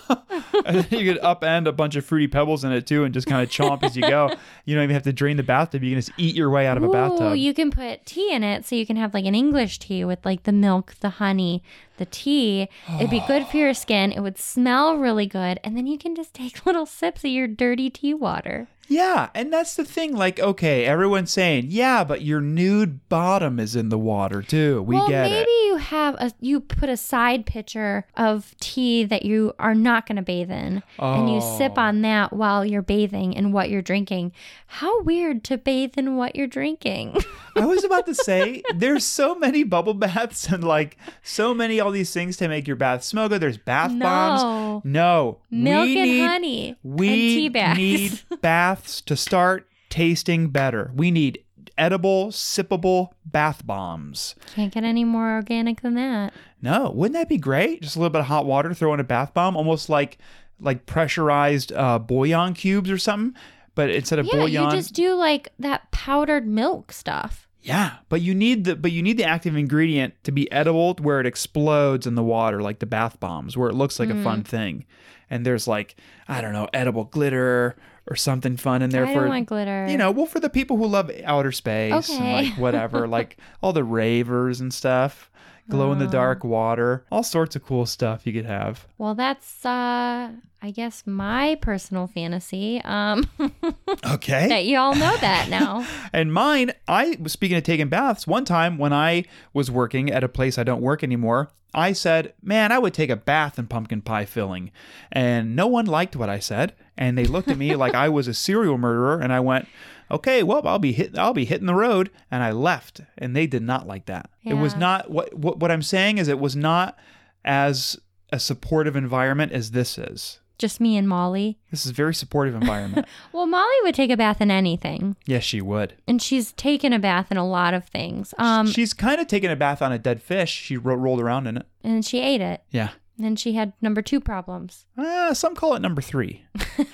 [SPEAKER 2] Oh,
[SPEAKER 1] and then you could upend a bunch of fruity pebbles in it too, and just kind of chomp as you go. You don't even have to drain the bathtub. You can just eat your way out of a
[SPEAKER 2] Ooh,
[SPEAKER 1] bathtub.
[SPEAKER 2] you can put tea in it, so you can have like an English tea with like the milk, the honey, the tea. It'd be good for your skin. It would smell really good, and then you can just take little sips of your dirty tea water.
[SPEAKER 1] yeah, and that's the thing. Like, okay, everyone's saying, yeah, but your nude bottom is in the water too. We
[SPEAKER 2] well,
[SPEAKER 1] get
[SPEAKER 2] maybe
[SPEAKER 1] it.
[SPEAKER 2] you have a you put a side pitcher of tea that you are not going to bathe in, and you sip
[SPEAKER 1] Oh.
[SPEAKER 2] on that while you're bathing and what you're drinking. How weird to bathe in what you're drinking.
[SPEAKER 1] I was about to say there's so many bubble baths and like so many all these things to make your bath smell good. There's bath bombs.
[SPEAKER 2] no,
[SPEAKER 1] No,
[SPEAKER 2] milk
[SPEAKER 1] we
[SPEAKER 2] and
[SPEAKER 1] need,
[SPEAKER 2] honey
[SPEAKER 1] We
[SPEAKER 2] and tea bags.
[SPEAKER 1] need baths to start tasting better. We need edible, sippable bath bombs.
[SPEAKER 2] Can't get any more organic than that.
[SPEAKER 1] No, wouldn't that be great? Just a little bit of hot water, throw in a bath bomb, almost like like pressurized uh, bouillon cubes or something. But instead of
[SPEAKER 2] Yeah,
[SPEAKER 1] bouillon,
[SPEAKER 2] you just do like that powdered milk stuff.
[SPEAKER 1] yeah. But you need the but you need the active ingredient to be edible, to where it explodes in the water, like the bath bombs, where it looks
[SPEAKER 2] Mm-hmm.
[SPEAKER 1] like a fun thing. And there's like I don't know, edible glitter or something fun in there
[SPEAKER 2] I
[SPEAKER 1] for
[SPEAKER 2] don't want glitter.
[SPEAKER 1] you know, well, for the people who love outer space and
[SPEAKER 2] Okay.
[SPEAKER 1] like whatever, like all the ravers and stuff, glow in
[SPEAKER 2] Oh.
[SPEAKER 1] the dark water, all sorts of cool stuff you could have.
[SPEAKER 2] Well, that's uh I guess my personal fantasy. Um
[SPEAKER 1] Okay.
[SPEAKER 2] that you all know that now.
[SPEAKER 1] And mine, I was speaking of taking baths. One time when I was working at a place I don't work anymore, I said, "Man, I would take a bath in pumpkin pie filling," and no one liked what I said, and they looked at me like I was a serial murderer. And I went, "Okay, well, I'll be hit, I'll be hitting the road," and I left. And they did not like that. It was
[SPEAKER 2] Yeah.
[SPEAKER 1] not what what what I'm saying is it was not as a supportive environment as this is.
[SPEAKER 2] Just me and Molly.
[SPEAKER 1] This is a very supportive environment.
[SPEAKER 2] Well, Molly would take a bath in anything,
[SPEAKER 1] yes, she would.
[SPEAKER 2] and she's taken a bath in a lot of things. Um,
[SPEAKER 1] She's kind of taking a bath on a dead fish. She ro- rolled around in it.
[SPEAKER 2] and she ate it.
[SPEAKER 1] Yeah.
[SPEAKER 2] And then she had number two problems.
[SPEAKER 1] Uh, some call it number three.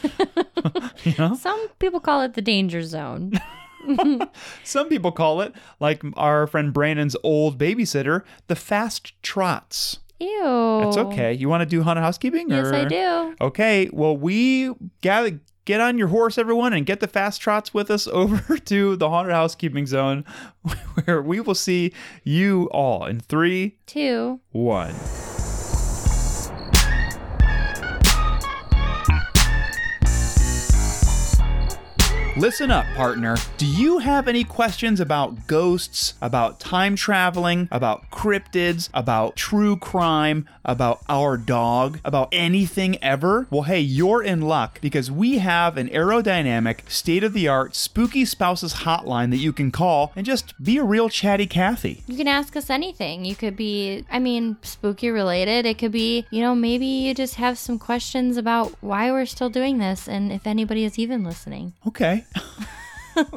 [SPEAKER 1] you know?
[SPEAKER 2] Some people call it the danger zone.
[SPEAKER 1] Some people call it, like our friend Brandon's old babysitter, the fast trots.
[SPEAKER 2] Ew.
[SPEAKER 1] That's okay. You want to do haunted housekeeping?
[SPEAKER 2] Oh. Yes, I
[SPEAKER 1] or-
[SPEAKER 2] do.
[SPEAKER 1] Okay, well, we gather, get on your horse, everyone, and get the fast trots with us over to the haunted housekeeping zone, where we will see you all in three,
[SPEAKER 2] Two.
[SPEAKER 1] one. Listen up, partner. Do you have any questions about ghosts, about time traveling, about cryptids, about true crime, about our dog, about anything ever? Well, hey, you're in luck because we have an aerodynamic, state of the art, spooky spouses hotline that you can call and just be a real chatty Cathy.
[SPEAKER 2] You can ask us anything. You could be, I mean, spooky related. It could be, you know, maybe you just have some questions about why we're still doing this and if anybody is even listening.
[SPEAKER 1] Okay.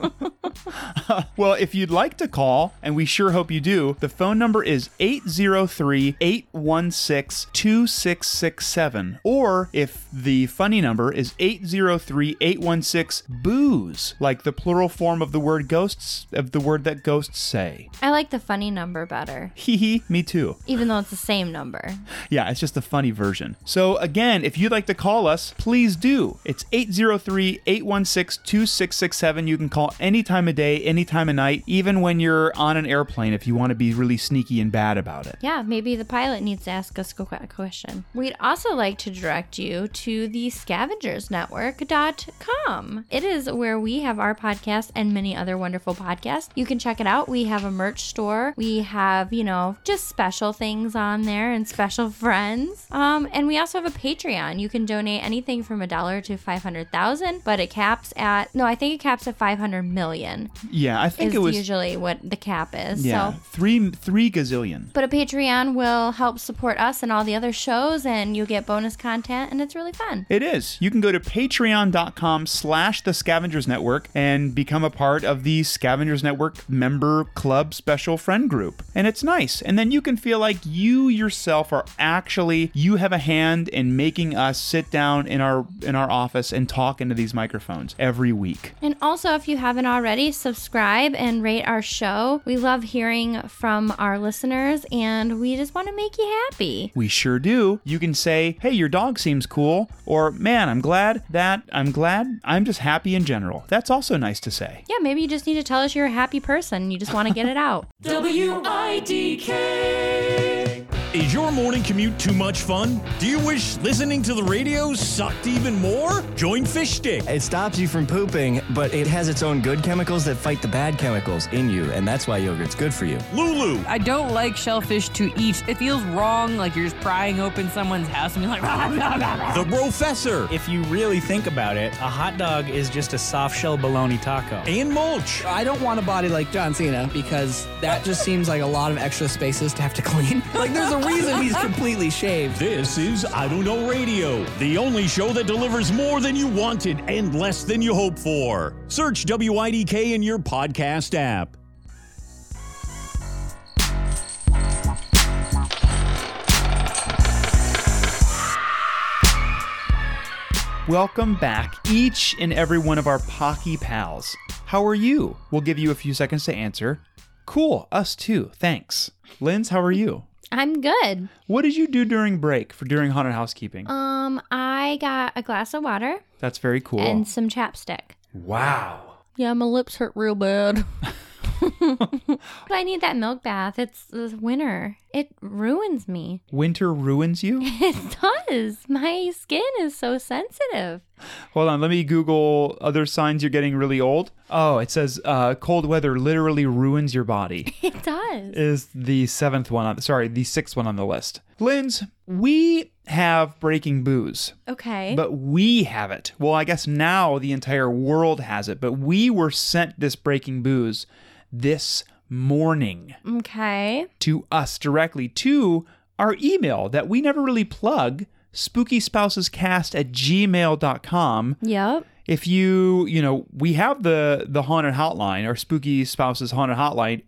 [SPEAKER 1] well, if you'd like to call, and we sure hope you do, the phone number is 803 816 2667. Or if the funny number is 803 816 booze, like the plural form of the word ghosts, of the word that ghosts say.
[SPEAKER 2] I like the funny number better,
[SPEAKER 1] Hee hee, me too.
[SPEAKER 2] even though it's the same number.
[SPEAKER 1] Yeah, it's just the funny version. So, again, if you'd like to call us, please do. It's 803 816 2667. You can call any time of day, any time of night, even when you're on an airplane if you want to be really sneaky and bad about it.
[SPEAKER 2] Yeah, maybe the pilot needs to ask us a que- question. We'd also like to direct you to the scavengersnetwork.com. It is where we have our podcast and many other wonderful podcasts. You can check it out. We have a merch store. We have, you know, just special things on there and special friends. Um, and we also have a Patreon. You can donate anything from a dollar to 500,000, but it caps at, no, I think it caps at 500 million
[SPEAKER 1] Yeah, I think
[SPEAKER 2] is
[SPEAKER 1] it was.
[SPEAKER 2] usually what the cap is.
[SPEAKER 1] yeah,
[SPEAKER 2] So
[SPEAKER 1] three, three gazillion.
[SPEAKER 2] but a Patreon will help support us and all the other shows, and you get bonus content, and it's really fun.
[SPEAKER 1] It is. You can go to patreon.com slash the scavengers network and become a part of the scavengers network member club special friend group. And it's nice. And then you can feel like you yourself are actually you have a hand in making us sit down in our in our office and talk into these microphones every week.
[SPEAKER 2] And also, if you haven't already, subscribe and rate our show. We love hearing from our listeners, and we just want to make you happy.
[SPEAKER 1] We sure do. You can say, "Hey, your dog seems cool," or "Man, I'm glad that I'm glad I'm just happy in general." That's also nice to say.
[SPEAKER 2] Yeah, maybe you just need to tell us you're a happy person. and You just want to get it out.
[SPEAKER 4] W-I-D-K.
[SPEAKER 5] Is your morning commute too much fun? Do you wish listening to the radio sucked even more? Join Fish Stick.
[SPEAKER 4] It stops you from pooping, but it has its own good chemicals that fight the bad chemicals in you, and that's why yogurt's good for you.
[SPEAKER 5] Lulu,
[SPEAKER 6] I don't like shellfish to eat. It feels wrong, like you're just prying open someone's house and you're like, "Rah, rah, rah, rah."
[SPEAKER 5] the Professor,
[SPEAKER 7] If you really think about it, a hot dog is just a soft shell bologna taco.
[SPEAKER 5] and Mulch.
[SPEAKER 8] I don't want a body like John Cena because that just seems like a lot of extra spaces to have to clean. Like, there's a reason he's completely shaved.
[SPEAKER 5] This is I Don't Know Radio, the only show that delivers more than you wanted and less than you hoped for. Search WIDK in your podcast app.
[SPEAKER 1] Welcome back, each and every one of our Pocky pals. How are you? We'll give you a few seconds to answer. Cool, us too, thanks. Linz, how are you?
[SPEAKER 2] I'm good.
[SPEAKER 1] What did you do during break for during haunted housekeeping?
[SPEAKER 2] Um, I got a glass of water
[SPEAKER 1] That's very cool.
[SPEAKER 2] and some chapstick.
[SPEAKER 1] wow.
[SPEAKER 2] Yeah, my lips hurt real bad. but I need that milk bath. It's the winter. It ruins me.
[SPEAKER 1] Winter ruins you?
[SPEAKER 2] It does. My skin is so sensitive.
[SPEAKER 1] Hold on, let me Google other signs you're getting really old. Oh, it says uh, cold weather literally ruins your body.
[SPEAKER 2] It does.
[SPEAKER 1] is the seventh one on sorry, the sixth one on the list. Linz, we have breaking booze.
[SPEAKER 2] Okay.
[SPEAKER 1] But we have it. Well, I guess now the entire world has it, but we were sent this breaking booze this morning
[SPEAKER 2] okay.
[SPEAKER 1] to us directly to our email that we never really plug. spookyspousescast at gmail.com.
[SPEAKER 2] Yep.
[SPEAKER 1] If you, you know, we have the the haunted hotline, our spooky spouses haunted hotline,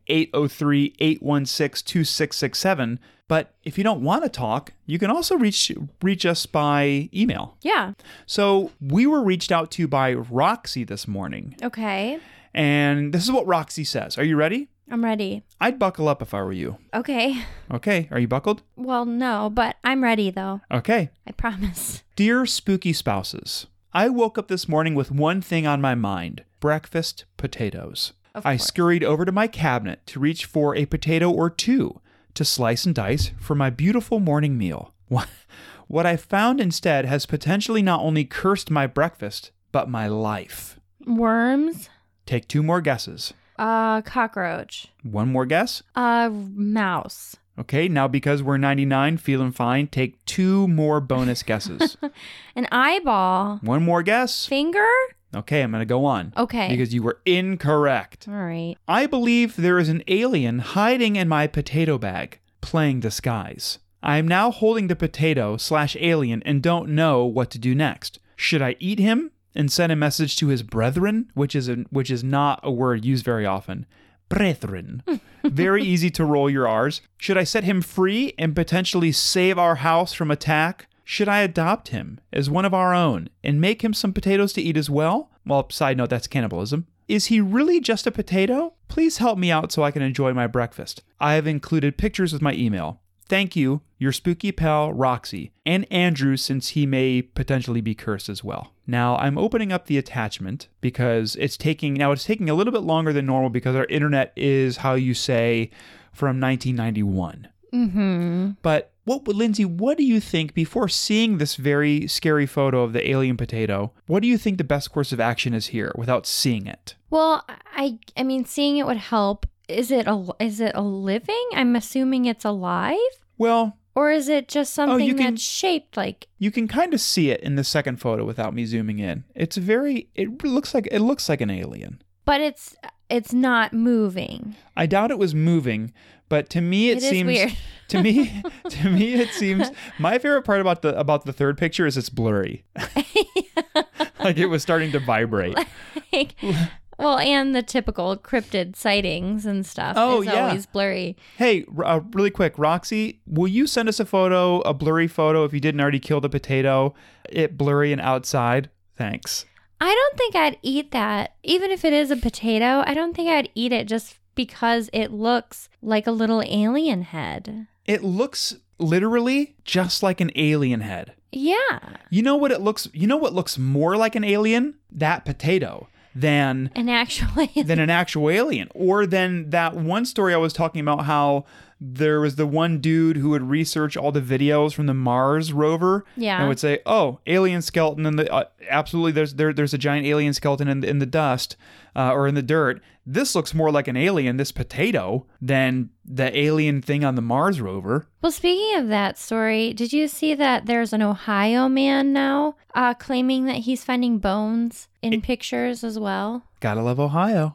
[SPEAKER 1] 803-816-2667. But if you don't want to talk, you can also reach reach us by email.
[SPEAKER 2] Yeah.
[SPEAKER 1] So we were reached out to by Roxy this morning,
[SPEAKER 2] Okay.
[SPEAKER 1] and this is what Roxy says. Are you ready?
[SPEAKER 2] I'm ready.
[SPEAKER 1] I'd buckle up if I were you.
[SPEAKER 2] Okay.
[SPEAKER 1] Okay, are you buckled?
[SPEAKER 2] Well, no, but I'm ready though.
[SPEAKER 1] Okay.
[SPEAKER 2] I promise.
[SPEAKER 1] Dear spooky spouses, I woke up this morning with one thing on my mind breakfast potatoes.
[SPEAKER 2] Of
[SPEAKER 1] I
[SPEAKER 2] course.
[SPEAKER 1] scurried over to my cabinet to reach for a potato or two to slice and dice for my beautiful morning meal. What I found instead has potentially not only cursed my breakfast, but my life.
[SPEAKER 2] Worms.
[SPEAKER 1] Take two more guesses.
[SPEAKER 2] Uh, cockroach.
[SPEAKER 1] One more guess.
[SPEAKER 2] Uh, mouse.
[SPEAKER 1] Okay, now because we're 99, feeling fine, take two more bonus guesses.
[SPEAKER 2] An eyeball.
[SPEAKER 1] One more guess.
[SPEAKER 2] Finger.
[SPEAKER 1] Okay, I'm going to go on.
[SPEAKER 2] Okay.
[SPEAKER 1] Because you were incorrect.
[SPEAKER 2] All right.
[SPEAKER 1] I believe there is an alien hiding in my potato bag, playing disguise. I am now holding the potato slash alien and don't know what to do next. Should I eat him and send a message to his brethren, which is a, which is not a word used very often? Brethren. Very easy to roll your R's. Should I set him free and potentially save our house from attack? Should I adopt him as one of our own and make him some potatoes to eat as well? Well, side note, that's cannibalism. Is he really just a potato? Please help me out so I can enjoy my breakfast. I have included pictures with my email. Thank you, your spooky pal Roxy, and Andrew, since he may potentially be cursed as well. Now I'm opening up the attachment because it's taking now it's taking a little bit longer than normal because our internet is how you say from 1991.
[SPEAKER 2] Mm-hmm.
[SPEAKER 1] But what would Lindsay, what do you think before seeing this very scary photo of the alien potato, what do you think the best course of action is here without seeing it?
[SPEAKER 2] Well, I I mean, seeing it would help. Is it a is it a living? I'm assuming it's alive,
[SPEAKER 1] Well,
[SPEAKER 2] or is it just something
[SPEAKER 1] Oh, you can-
[SPEAKER 2] that's shaped like?
[SPEAKER 1] you can kind of see it in the second photo without me zooming in. It's very it looks like it looks like an alien.
[SPEAKER 2] But it's it's not moving.
[SPEAKER 1] I doubt it was moving, but to me it,
[SPEAKER 2] It is
[SPEAKER 1] seems
[SPEAKER 2] weird.
[SPEAKER 1] to me to me it seems my favorite part about the about the third picture is it's blurry. like it was starting to vibrate.
[SPEAKER 2] Like, well, and the typical cryptid sightings and stuff.
[SPEAKER 1] Oh,
[SPEAKER 2] it's
[SPEAKER 1] yeah.
[SPEAKER 2] always blurry.
[SPEAKER 1] Hey, r- uh, really quick, Roxy, will you send us a photo, a blurry photo, if you didn't already kill the potato, it blurry and outside? Thanks.
[SPEAKER 2] I don't think I'd eat that. Even if it is a potato, I don't think I'd eat it just because it looks like a little alien head.
[SPEAKER 1] It looks literally just like an alien head.
[SPEAKER 2] Yeah.
[SPEAKER 1] You know what it looks? You know what looks more like an alien? That potato than
[SPEAKER 2] And actually,
[SPEAKER 1] than an actual alien, or than that one story I was talking about how there was the one dude who would research all the videos from the Mars rover,
[SPEAKER 2] Yeah.
[SPEAKER 1] and would say, "Oh, alien skeleton," and the uh, absolutely there's there, there's a giant alien skeleton in the, in the dust uh, or in the dirt. This looks more like an alien, this potato, than the alien thing on the Mars rover.
[SPEAKER 2] well, speaking of that story, did you see that there's an Ohio man now uh, claiming that he's finding bones in pictures as well?
[SPEAKER 1] Gotta love Ohio.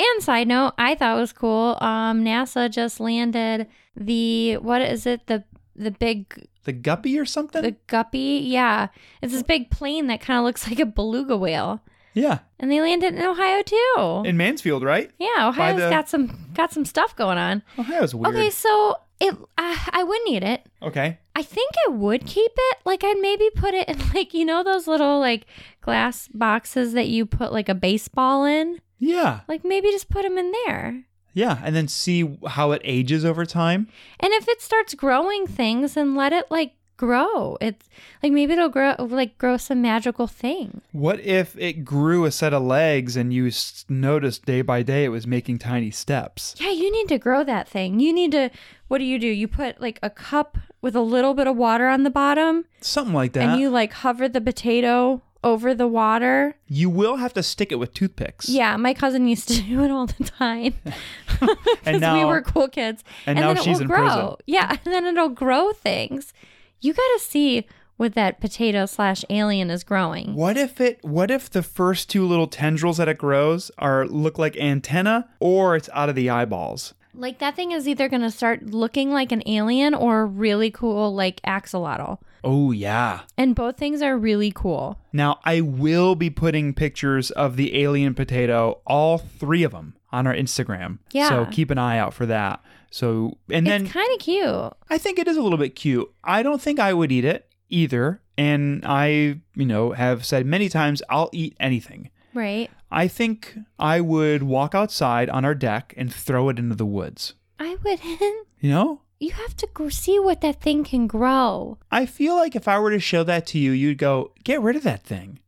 [SPEAKER 2] And side note, I thought was cool. Um, NASA just landed the what is it the the big
[SPEAKER 1] the guppy or something?
[SPEAKER 2] the guppy? Yeah, it's this big plane that kind of looks like a beluga whale,
[SPEAKER 1] yeah,
[SPEAKER 2] and they landed in Ohio too.
[SPEAKER 1] in Mansfield, right?
[SPEAKER 2] yeah,
[SPEAKER 1] by
[SPEAKER 2] Ohio's
[SPEAKER 1] the-
[SPEAKER 2] got some got some stuff going on.
[SPEAKER 1] Ohio's weird.
[SPEAKER 2] Okay, so it uh, I wouldn't eat it.
[SPEAKER 1] okay.
[SPEAKER 2] I think I would keep it. Like I'd maybe put it in like you know those little like glass boxes that you put like a baseball in.
[SPEAKER 1] Yeah.
[SPEAKER 2] Like maybe just put them in there.
[SPEAKER 1] Yeah, and then see how it ages over time.
[SPEAKER 2] And if it starts growing things, then let it like grow. It's like maybe it'll grow like grow some magical thing.
[SPEAKER 1] What if it grew a set of legs and you s- noticed day by day it was making tiny steps?
[SPEAKER 2] Yeah, you need to grow that thing. You need to what do you do? You put like a cup with a little bit of water on the bottom
[SPEAKER 1] Something like that.
[SPEAKER 2] and you like hover the potato over the water.
[SPEAKER 1] You will have to stick it with toothpicks.
[SPEAKER 2] Yeah, my cousin used to do it all the time. Because we
[SPEAKER 1] now-
[SPEAKER 2] were cool kids.
[SPEAKER 1] and now
[SPEAKER 2] then it
[SPEAKER 1] she's
[SPEAKER 2] will
[SPEAKER 1] in
[SPEAKER 2] grow.
[SPEAKER 1] prison.
[SPEAKER 2] Yeah, and then it'll grow things. You gotta see what that potato slash alien is growing.
[SPEAKER 1] What if it what if the first two little tendrils that it grows are look like antenna or it's out of the eyeballs?
[SPEAKER 2] Like that thing is either going to start looking like an alien or really cool like axolotl.
[SPEAKER 1] Oh, yeah.
[SPEAKER 2] And both things are really cool.
[SPEAKER 1] Now, I will be putting pictures of the alien potato, all three of them, on our Instagram.
[SPEAKER 2] Yeah.
[SPEAKER 1] So keep an eye out for that. So, and then
[SPEAKER 2] it's kind of cute.
[SPEAKER 1] I think it is a little bit cute. I don't think I would eat it either. And I, you know, have said many times I'll eat anything.
[SPEAKER 2] Right.
[SPEAKER 1] I think I would walk outside on our deck and throw it into the woods.
[SPEAKER 2] I wouldn't.
[SPEAKER 1] You know?
[SPEAKER 2] You have to gr- see what that thing can grow.
[SPEAKER 1] I feel like if I were to show that to you, you'd go, get rid of that thing.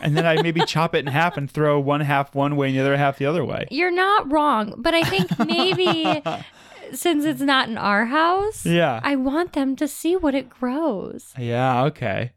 [SPEAKER 1] And then I maybe chop it in half and throw one half one way and the other half the other way.
[SPEAKER 2] You're not wrong, but I think maybe since it's not in our house,
[SPEAKER 1] Yeah.
[SPEAKER 2] I want them to see what it grows.
[SPEAKER 1] Yeah, okay.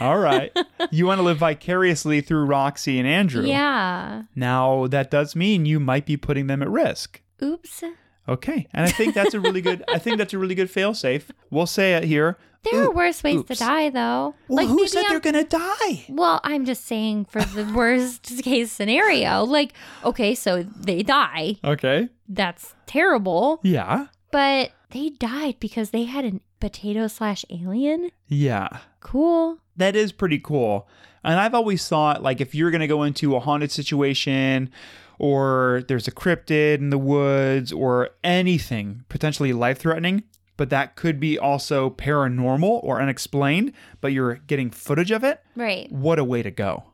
[SPEAKER 1] All right. you want to live vicariously through Roxy and Andrew.
[SPEAKER 2] Yeah.
[SPEAKER 1] Now, that does mean you might be putting them at risk.
[SPEAKER 2] Oops.
[SPEAKER 1] Okay. And I think that's a really good I think that's a really good failsafe. We'll say it here.
[SPEAKER 2] There
[SPEAKER 1] Ooh,
[SPEAKER 2] are worse ways
[SPEAKER 1] oops.
[SPEAKER 2] to die, though.
[SPEAKER 1] Well, who
[SPEAKER 2] maybe
[SPEAKER 1] said
[SPEAKER 2] I'm-
[SPEAKER 1] they're gonna die?
[SPEAKER 2] Well, I'm just saying for the worst case scenario. Like, okay, so they die.
[SPEAKER 1] Okay.
[SPEAKER 2] That's terrible.
[SPEAKER 1] Yeah.
[SPEAKER 2] But they died because they had a potato slash alien.
[SPEAKER 1] Yeah.
[SPEAKER 2] Cool.
[SPEAKER 1] That is pretty cool. And I've always thought like if you're gonna go into a haunted situation or there's a cryptid in the woods or anything potentially life threatening, but that could be also paranormal or unexplained, but you're getting footage of it,
[SPEAKER 2] Right.
[SPEAKER 1] what a way to go.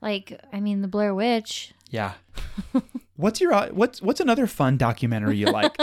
[SPEAKER 2] Like, I mean, the Blair Witch.
[SPEAKER 1] Yeah. what's your uh, what's what's another fun documentary you like?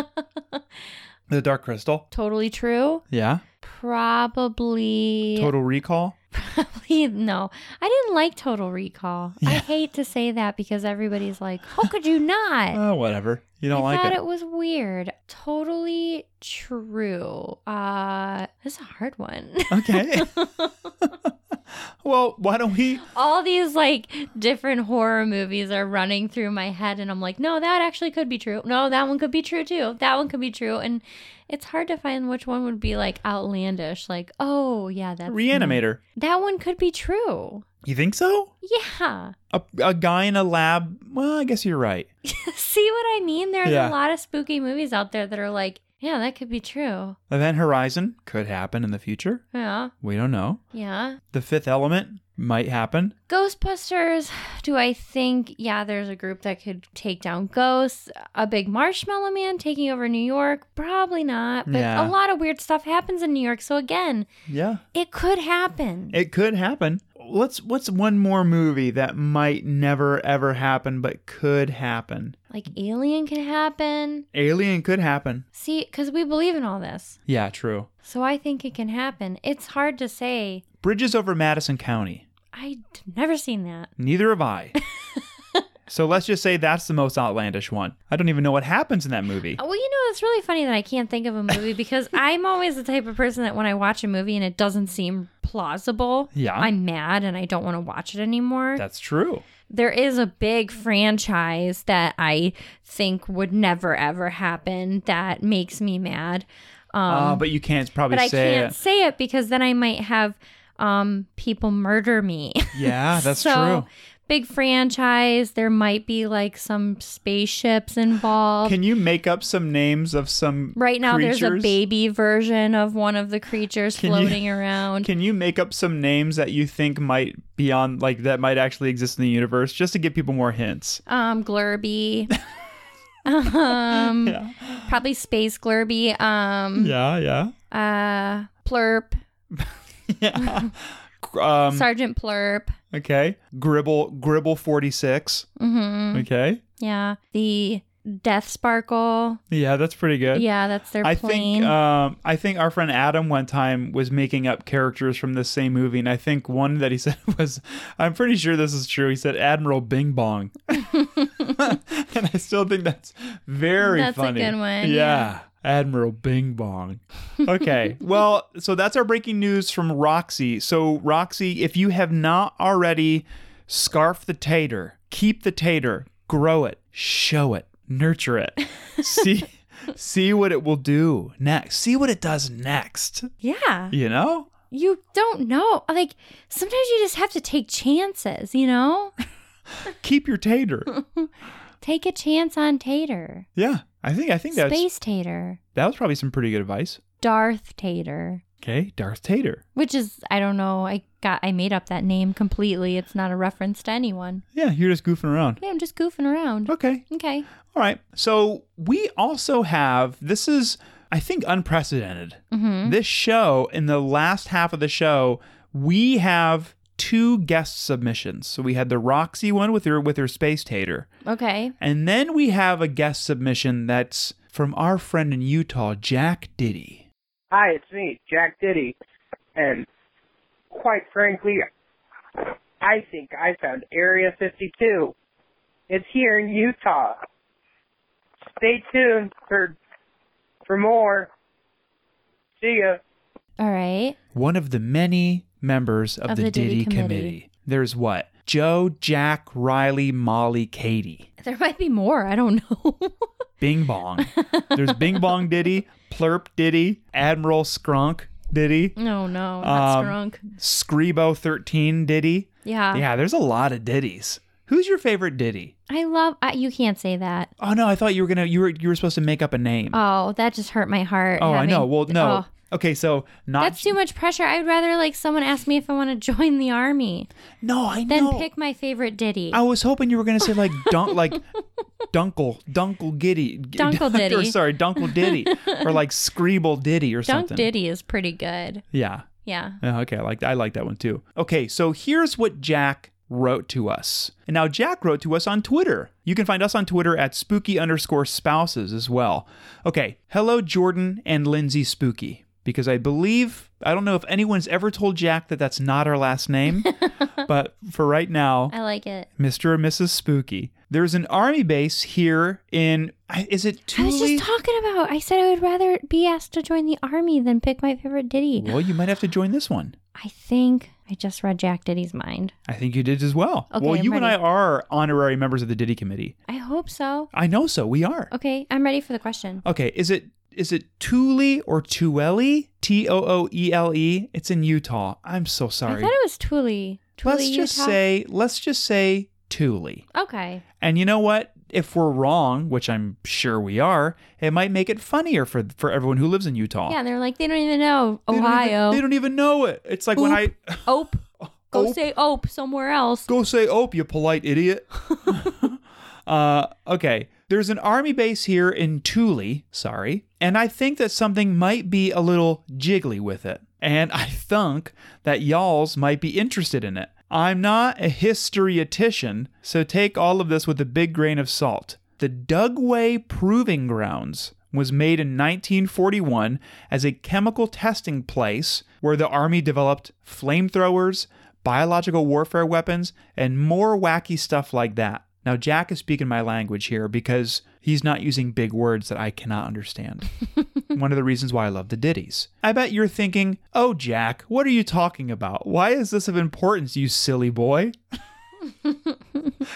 [SPEAKER 1] the Dark Crystal.
[SPEAKER 2] Totally true.
[SPEAKER 1] Yeah.
[SPEAKER 2] Probably.
[SPEAKER 1] Total Recall.
[SPEAKER 2] Probably no. I didn't like Total Recall. I hate to say that because everybody's like, "How could you not?"
[SPEAKER 1] Oh, whatever. You
[SPEAKER 2] I
[SPEAKER 1] don't like
[SPEAKER 2] thought
[SPEAKER 1] it.
[SPEAKER 2] it. was weird. Totally true. Uh, this is a hard one.
[SPEAKER 1] Okay. well, why don't we?
[SPEAKER 2] All these like different horror movies are running through my head, and I'm like, no, that actually could be true. No, that one could be true too. That one could be true, and it's hard to find which one would be like outlandish. Like, oh yeah, that's
[SPEAKER 1] Reanimator.
[SPEAKER 2] that one could be true.
[SPEAKER 1] You think so?
[SPEAKER 2] Yeah.
[SPEAKER 1] A, a guy in a lab. Well, I guess you're right.
[SPEAKER 2] See what I mean? There's
[SPEAKER 1] Yeah.
[SPEAKER 2] a lot of spooky movies out there that are like, yeah, that could be true.
[SPEAKER 1] Event Horizon could happen in the future.
[SPEAKER 2] Yeah.
[SPEAKER 1] We don't know.
[SPEAKER 2] Yeah.
[SPEAKER 1] The fifth element might happen.
[SPEAKER 2] Ghostbusters, do I think, yeah, there's a group that could take down ghosts? A big marshmallow man taking over New York? Probably not. But
[SPEAKER 1] Yeah.
[SPEAKER 2] a lot of weird stuff happens in New York. So again,
[SPEAKER 1] Yeah.
[SPEAKER 2] it could happen.
[SPEAKER 1] It could happen. What's what's one more movie that might never ever happen but could happen?
[SPEAKER 2] like Alien could happen.
[SPEAKER 1] Alien could happen.
[SPEAKER 2] See, because we believe in all this.
[SPEAKER 1] Yeah, true.
[SPEAKER 2] So I think it can happen. It's hard to say.
[SPEAKER 1] Bridges over Madison County.
[SPEAKER 2] I'd never seen that.
[SPEAKER 1] Neither have I. so let's just say that's the most outlandish one. I don't even know what happens in that movie.
[SPEAKER 2] Uh, Well, you know, it's really funny that I can't think of a movie because I'm always the type of person that when I watch a movie and it doesn't seem plausible,
[SPEAKER 1] Yeah.
[SPEAKER 2] I'm mad and I don't want to watch it anymore.
[SPEAKER 1] That's true.
[SPEAKER 2] there is a big franchise that I think would never ever happen that makes me mad. Um,
[SPEAKER 1] uh, but you can't probably
[SPEAKER 2] but I
[SPEAKER 1] say
[SPEAKER 2] can't
[SPEAKER 1] it.
[SPEAKER 2] say it because then I might have um, people murder me.
[SPEAKER 1] Yeah, that's
[SPEAKER 2] so,
[SPEAKER 1] true.
[SPEAKER 2] Big franchise. There might be like some spaceships involved.
[SPEAKER 1] Can you make up some names of some
[SPEAKER 2] um, Right now, there's a
[SPEAKER 1] creatures?
[SPEAKER 2] baby version of one of the creatures
[SPEAKER 1] Can you-
[SPEAKER 2] floating around.
[SPEAKER 1] Can you make up some names that you think might be on like that might actually exist in the universe just to give people more hints?
[SPEAKER 2] um, Glurby. um, probably space Glurby. Um,
[SPEAKER 1] Yeah, yeah.
[SPEAKER 2] uh, Plurp,
[SPEAKER 1] Yeah. um
[SPEAKER 2] Sergeant Plurp.
[SPEAKER 1] okay. Gribble Gribble 46.
[SPEAKER 2] hmm
[SPEAKER 1] Okay.
[SPEAKER 2] Yeah, the Death Sparkle.
[SPEAKER 1] Yeah, that's pretty good.
[SPEAKER 2] Yeah, that's their
[SPEAKER 1] I
[SPEAKER 2] plane.
[SPEAKER 1] think um, I think our friend Adam one time was making up characters from this same movie, and I think one that he said was, I'm pretty sure this is true. He said Admiral Bing Bong, and I still think that's very
[SPEAKER 2] That's a
[SPEAKER 1] funny.
[SPEAKER 2] good one,
[SPEAKER 1] yeah. Admiral Bing Bong. Okay. well, so that's our breaking news from Roxy. So, Roxy, if you have not already scarf the tater, keep the tater, grow it, show it, nurture it. See see what it will do next. See what it does next.
[SPEAKER 2] yeah,
[SPEAKER 1] You know?
[SPEAKER 2] you don't know. Like sometimes you just have to take chances. You know,
[SPEAKER 1] Keep your tater.
[SPEAKER 2] take a chance on Tater,
[SPEAKER 1] Yeah. I think I think that's
[SPEAKER 2] Space Tater,
[SPEAKER 1] that was probably some pretty good advice.
[SPEAKER 2] Darth Tater.
[SPEAKER 1] Okay, Darth Tater.
[SPEAKER 2] which is I don't know. I got I made up that name completely. It's not a reference to anyone.
[SPEAKER 1] Yeah, you're just goofing around.
[SPEAKER 2] Yeah, I'm just goofing around.
[SPEAKER 1] Okay,
[SPEAKER 2] Okay.
[SPEAKER 1] all right. So we also have this is I think unprecedented. This show in the last half of the show we have two guest submissions. So we had the Roxy one with her with her space tater.
[SPEAKER 2] Okay.
[SPEAKER 1] And then we have a guest submission that's from our friend in Utah, Jack Diddy.
[SPEAKER 9] Hi, it's me, Jack Diddy. And quite frankly, I think I found Area 52. It's here in Utah. Stay tuned for for more. See ya.
[SPEAKER 2] All right.
[SPEAKER 1] One of the many members of,
[SPEAKER 2] Of
[SPEAKER 1] the,
[SPEAKER 2] the
[SPEAKER 1] Diddy,
[SPEAKER 2] Diddy
[SPEAKER 1] Committee.
[SPEAKER 2] Committee.
[SPEAKER 1] There's what? Joe, Jack, Riley, Molly, Katie.
[SPEAKER 2] There might be more. I don't know. Oh,
[SPEAKER 1] Bing Bong. There's Bing Bong Diddy, Plurp Diddy, Admiral Skrunk Diddy,
[SPEAKER 2] no, no,
[SPEAKER 1] Um,
[SPEAKER 2] not drunk.
[SPEAKER 1] Screebo 13 Diddy.
[SPEAKER 2] Yeah.
[SPEAKER 1] yeah, there's a lot of Diddies. Who's your favorite Diddy?
[SPEAKER 2] I love. I, you can't say that.
[SPEAKER 1] Oh no, I thought you were gonna you were you were supposed to make up a name.
[SPEAKER 2] Oh, that just hurt my heart.
[SPEAKER 1] oh, I
[SPEAKER 2] having-
[SPEAKER 1] know. Well, no.
[SPEAKER 2] Oh,
[SPEAKER 1] Okay, so not
[SPEAKER 2] that's too much pressure. I'd rather like someone ask me if I want to join the army
[SPEAKER 1] No, I
[SPEAKER 2] than
[SPEAKER 1] know.
[SPEAKER 2] pick my favorite Diddy.
[SPEAKER 1] I was hoping you were gonna say like dunk like Dunkle Dunkle Giddy G-
[SPEAKER 2] Dunkle
[SPEAKER 1] or
[SPEAKER 2] Diddy.
[SPEAKER 1] sorry Dunkle Diddy or like Screeble Diddy or
[SPEAKER 2] Dunk
[SPEAKER 1] something.
[SPEAKER 2] Diddy is pretty good.
[SPEAKER 1] Yeah.
[SPEAKER 2] Yeah.
[SPEAKER 1] Yeah, Uh, Okay, I like I like that one too. Okay, so here's what Jack wrote to us. And now Jack wrote to us on Twitter. You can find us on Twitter at spooky underscore spouses as well. Okay, hello Jordan and Lindsay Spooky. Because I believe, I don't know if anyone's ever told Jack that that's not our last name, but for right now,
[SPEAKER 2] I like it.
[SPEAKER 1] Mr. and Mrs. Spooky. There's an army base here in I- is it
[SPEAKER 2] I was
[SPEAKER 1] Thule?
[SPEAKER 2] just talking about. I said I would rather be asked to join the army than pick my favorite Diddy.
[SPEAKER 1] well, you might have to join this one.
[SPEAKER 2] I think I just read Jack Diddy's mind.
[SPEAKER 1] I think you did as well.
[SPEAKER 2] Okay,
[SPEAKER 1] well,
[SPEAKER 2] I'm
[SPEAKER 1] you and I
[SPEAKER 2] ready.
[SPEAKER 1] are honorary members of the Diddy Committee.
[SPEAKER 2] I hope so.
[SPEAKER 1] I know so. We are.
[SPEAKER 2] Okay, I'm ready for the question.
[SPEAKER 1] Okay, is it is it Thule or Tuele? T O O E L E. It's in Utah. I'm so
[SPEAKER 2] I
[SPEAKER 1] sorry.
[SPEAKER 2] thought it was Thule. Thule
[SPEAKER 1] let's just
[SPEAKER 2] Utah?
[SPEAKER 1] say let's just say Thule.
[SPEAKER 2] Okay.
[SPEAKER 1] And you know what? If we're wrong, which I'm sure we are, it might make it funnier for for everyone who lives in Utah.
[SPEAKER 2] Yeah, they're like they don't even know
[SPEAKER 1] They don't even-
[SPEAKER 2] Ohio.
[SPEAKER 1] They don't even know it. It's like when I
[SPEAKER 2] Ope. Go
[SPEAKER 1] Ope.
[SPEAKER 2] say ope somewhere else.
[SPEAKER 1] go say, "Oh, you polite idiot." uh, okay. There's an army base here in Thule, sorry, and I think that something might be a little jiggly with it. And I thunk that y'all's might be interested in it. I'm not a historietician, so take all of this with a big grain of salt. The Dugway Proving Grounds was made in 1941 as a chemical testing place where the Army developed flamethrowers, biological warfare weapons, and more wacky stuff like that. Now, Jack is speaking my language here because he's not using big words that I cannot understand. One of the reasons why I love the ditties. I bet you're thinking, oh, Jack, what are you talking about? Why is this of importance, you silly boy?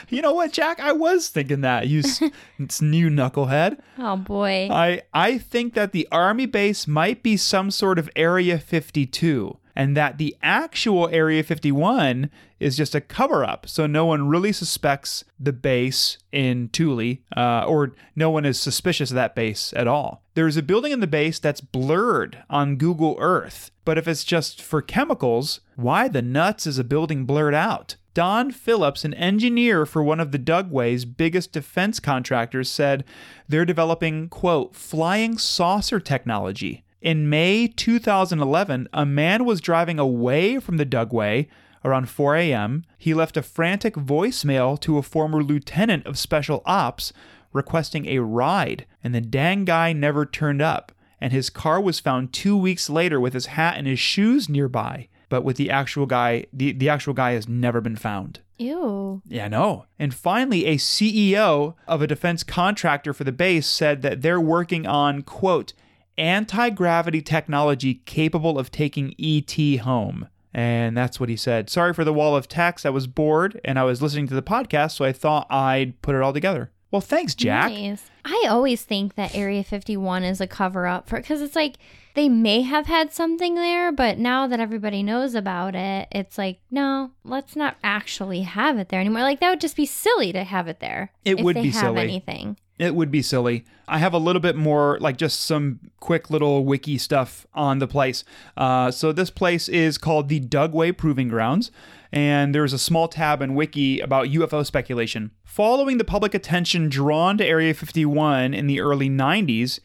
[SPEAKER 1] you know what, Jack? I was thinking that, you s- s- new knucklehead.
[SPEAKER 2] Oh boy.
[SPEAKER 1] I I think that the army base might be some sort of Area 52 and that the actual Area 51 is just a cover up so no one really suspects the base in Thule uh, or no one is suspicious of that base at all. There's a building in the base that's blurred on Google Earth, but if it's just for chemicals, why the nuts is a building blurred out? Don Phillips, an engineer for one of the Dugway's biggest defense contractors, said they're developing, quote, flying saucer technology. In May 2011, a man was driving away from the Dugway around 4 a.m. He left a frantic voicemail to a former lieutenant of special ops requesting a ride, and the dang guy never turned up and his car was found two weeks later with his hat and his shoes nearby. But with the actual guy, the, the actual guy has never been found.
[SPEAKER 2] Ew.
[SPEAKER 1] Yeah, no. And finally, a CEO of a defense contractor for the base said that they're working on, quote, anti gravity technology capable of taking ET home. And that's what he said. Sorry for the wall of text. I was bored and I was listening to the podcast, so I thought I'd put it all together. Well, thanks, Jack.
[SPEAKER 2] Nice. I always think that Area 51 is a cover up for because it's like they may have had something there, but now that everybody knows about it, it's like, no, let's not actually have it there anymore. Like that would just be silly to have it there.
[SPEAKER 1] It
[SPEAKER 2] if
[SPEAKER 1] would
[SPEAKER 2] they
[SPEAKER 1] be
[SPEAKER 2] have
[SPEAKER 1] silly.
[SPEAKER 2] anything.
[SPEAKER 1] It would be silly. I have a little bit more, like just some quick little wiki stuff on the place. Uh, so, this place is called the Dugway Proving Grounds, and there's a small tab in wiki about UFO speculation. Following the public attention drawn to Area 51 in the early 90s,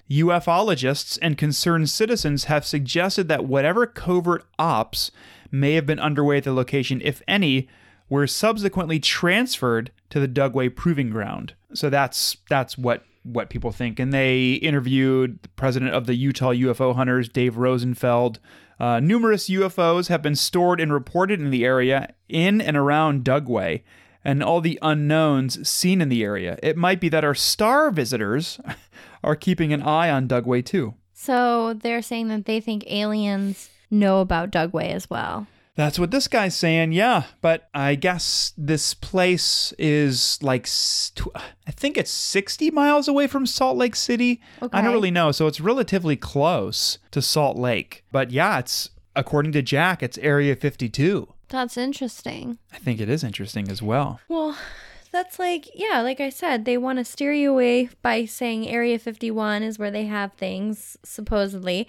[SPEAKER 1] ufologists and concerned citizens have suggested that whatever covert ops may have been underway at the location, if any, were subsequently transferred to the Dugway Proving Ground. So that's that's what what people think. And they interviewed the president of the Utah UFO Hunters, Dave Rosenfeld. Uh, numerous UFOs have been stored and reported in the area in and around Dugway. And all the unknowns seen in the area. It might be that our star visitors are keeping an eye on Dugway too.
[SPEAKER 2] So they're saying that they think aliens know about Dugway as well.
[SPEAKER 1] That's what this guy's saying, yeah. But I guess this place is like, s- tw- I think it's 60 miles away from Salt Lake City. I
[SPEAKER 2] Okay.
[SPEAKER 1] don't really know. So it's relatively close to Salt Lake. But yeah, it's, according to Jack, it's Area 52.
[SPEAKER 2] That's interesting.
[SPEAKER 1] I think it is interesting as well.
[SPEAKER 2] Well, that's like, yeah, like I said, they want to steer you away by saying Area 51 is where they have things, supposedly.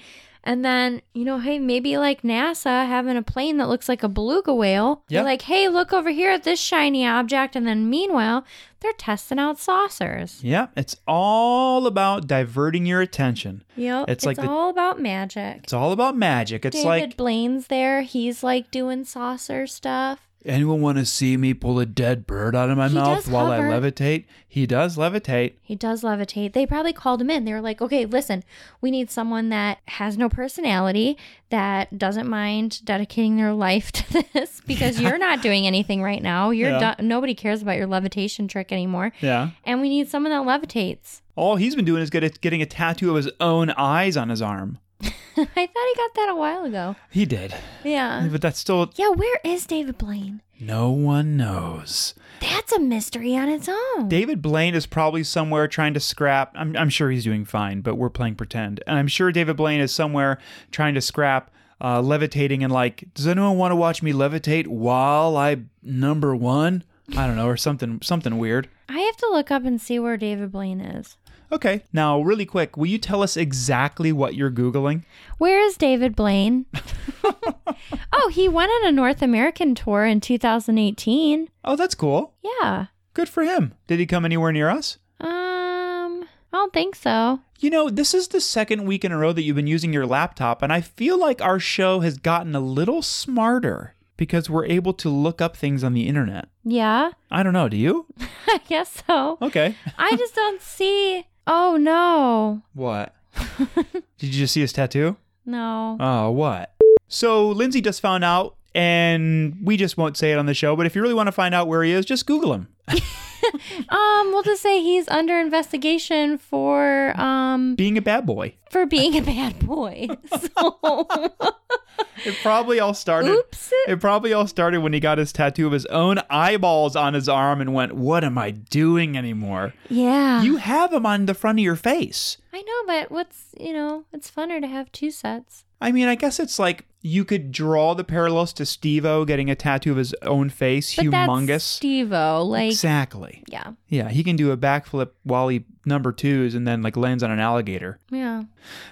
[SPEAKER 2] And then, you know, hey, maybe like NASA having a plane that looks like a beluga whale. They're
[SPEAKER 1] Yeah.
[SPEAKER 2] like, hey, look over here at this shiny object. And then, meanwhile, they're testing out saucers.
[SPEAKER 1] Yeah, it's all about diverting your attention.
[SPEAKER 2] Yep.
[SPEAKER 1] It's
[SPEAKER 2] It's,
[SPEAKER 1] like the-
[SPEAKER 2] all about magic.
[SPEAKER 1] It's all about magic. It's
[SPEAKER 2] David
[SPEAKER 1] like,
[SPEAKER 2] Blaine's there. He's like doing saucer stuff.
[SPEAKER 1] anyone want to see me pull a dead bird out of my
[SPEAKER 2] He
[SPEAKER 1] mouth
[SPEAKER 2] does
[SPEAKER 1] while I
[SPEAKER 2] hover.
[SPEAKER 1] levitate? He does levitate.
[SPEAKER 2] He does levitate. They probably called him in. They were like, okay, listen, we need someone that has no personality, that doesn't mind dedicating their life to this because you're not doing anything right now. You're
[SPEAKER 1] Yeah.
[SPEAKER 2] do- Nobody cares about your levitation trick anymore.
[SPEAKER 1] Yeah.
[SPEAKER 2] And we need someone that levitates.
[SPEAKER 1] All he's been doing is get getting a tattoo of his own eyes on his arm.
[SPEAKER 2] I thought he got that a while ago.
[SPEAKER 1] He did.
[SPEAKER 2] Yeah.
[SPEAKER 1] But that's still,
[SPEAKER 2] Yeah, where is David Blaine?
[SPEAKER 1] no one knows.
[SPEAKER 2] That's a mystery on its own.
[SPEAKER 1] David Blaine is probably somewhere trying to scrap. I'm, I'm sure he's doing fine, but we're playing pretend. And I'm sure David Blaine is somewhere trying to scrap uh, levitating and like, does anyone want to watch me levitate while I number one? I don't know, or something, something weird.
[SPEAKER 2] I have to look up and see where David Blaine is.
[SPEAKER 1] Okay. Now, really quick, will you tell us exactly what you're Googling?
[SPEAKER 2] Where is David Blaine? oh, he went on a North American tour in 2018.
[SPEAKER 1] Oh, that's cool.
[SPEAKER 2] Yeah.
[SPEAKER 1] Good for him. Did he come anywhere near us?
[SPEAKER 2] Um, I don't think so.
[SPEAKER 1] You know, this is the second week in a row that you've been using your laptop, and I feel like our show has gotten a little smarter because we're able to look up things on the internet.
[SPEAKER 2] Yeah,
[SPEAKER 1] I don't know, do you?
[SPEAKER 2] I guess so.
[SPEAKER 1] Okay.
[SPEAKER 2] I just don't see. Oh no,
[SPEAKER 1] What? Did you just see his tattoo?
[SPEAKER 2] no.
[SPEAKER 1] Oh, what? So Lindsay just found out, and we just won't say it on the show, but if you really want to find out where he is, just Google him.
[SPEAKER 2] Um, we'll just say he's under investigation for um
[SPEAKER 1] Being a bad boy.
[SPEAKER 2] for being a bad boy. So,
[SPEAKER 1] It probably all started.
[SPEAKER 2] oops.
[SPEAKER 1] It probably all started when he got his tattoo of his own eyeballs on his arm and went, What am I doing anymore?
[SPEAKER 2] Yeah,
[SPEAKER 1] You have them on the front of your face.
[SPEAKER 2] I know, but what's you know, it's funner to have two sets.
[SPEAKER 1] I mean, I guess it's like you could draw the parallels to Steve O getting a tattoo of his own face,
[SPEAKER 2] But
[SPEAKER 1] humongous.
[SPEAKER 2] that's Stevo. Like,
[SPEAKER 1] exactly.
[SPEAKER 2] yeah,
[SPEAKER 1] Yeah, he can do a backflip while he number twos and then like lands on an alligator.
[SPEAKER 2] yeah.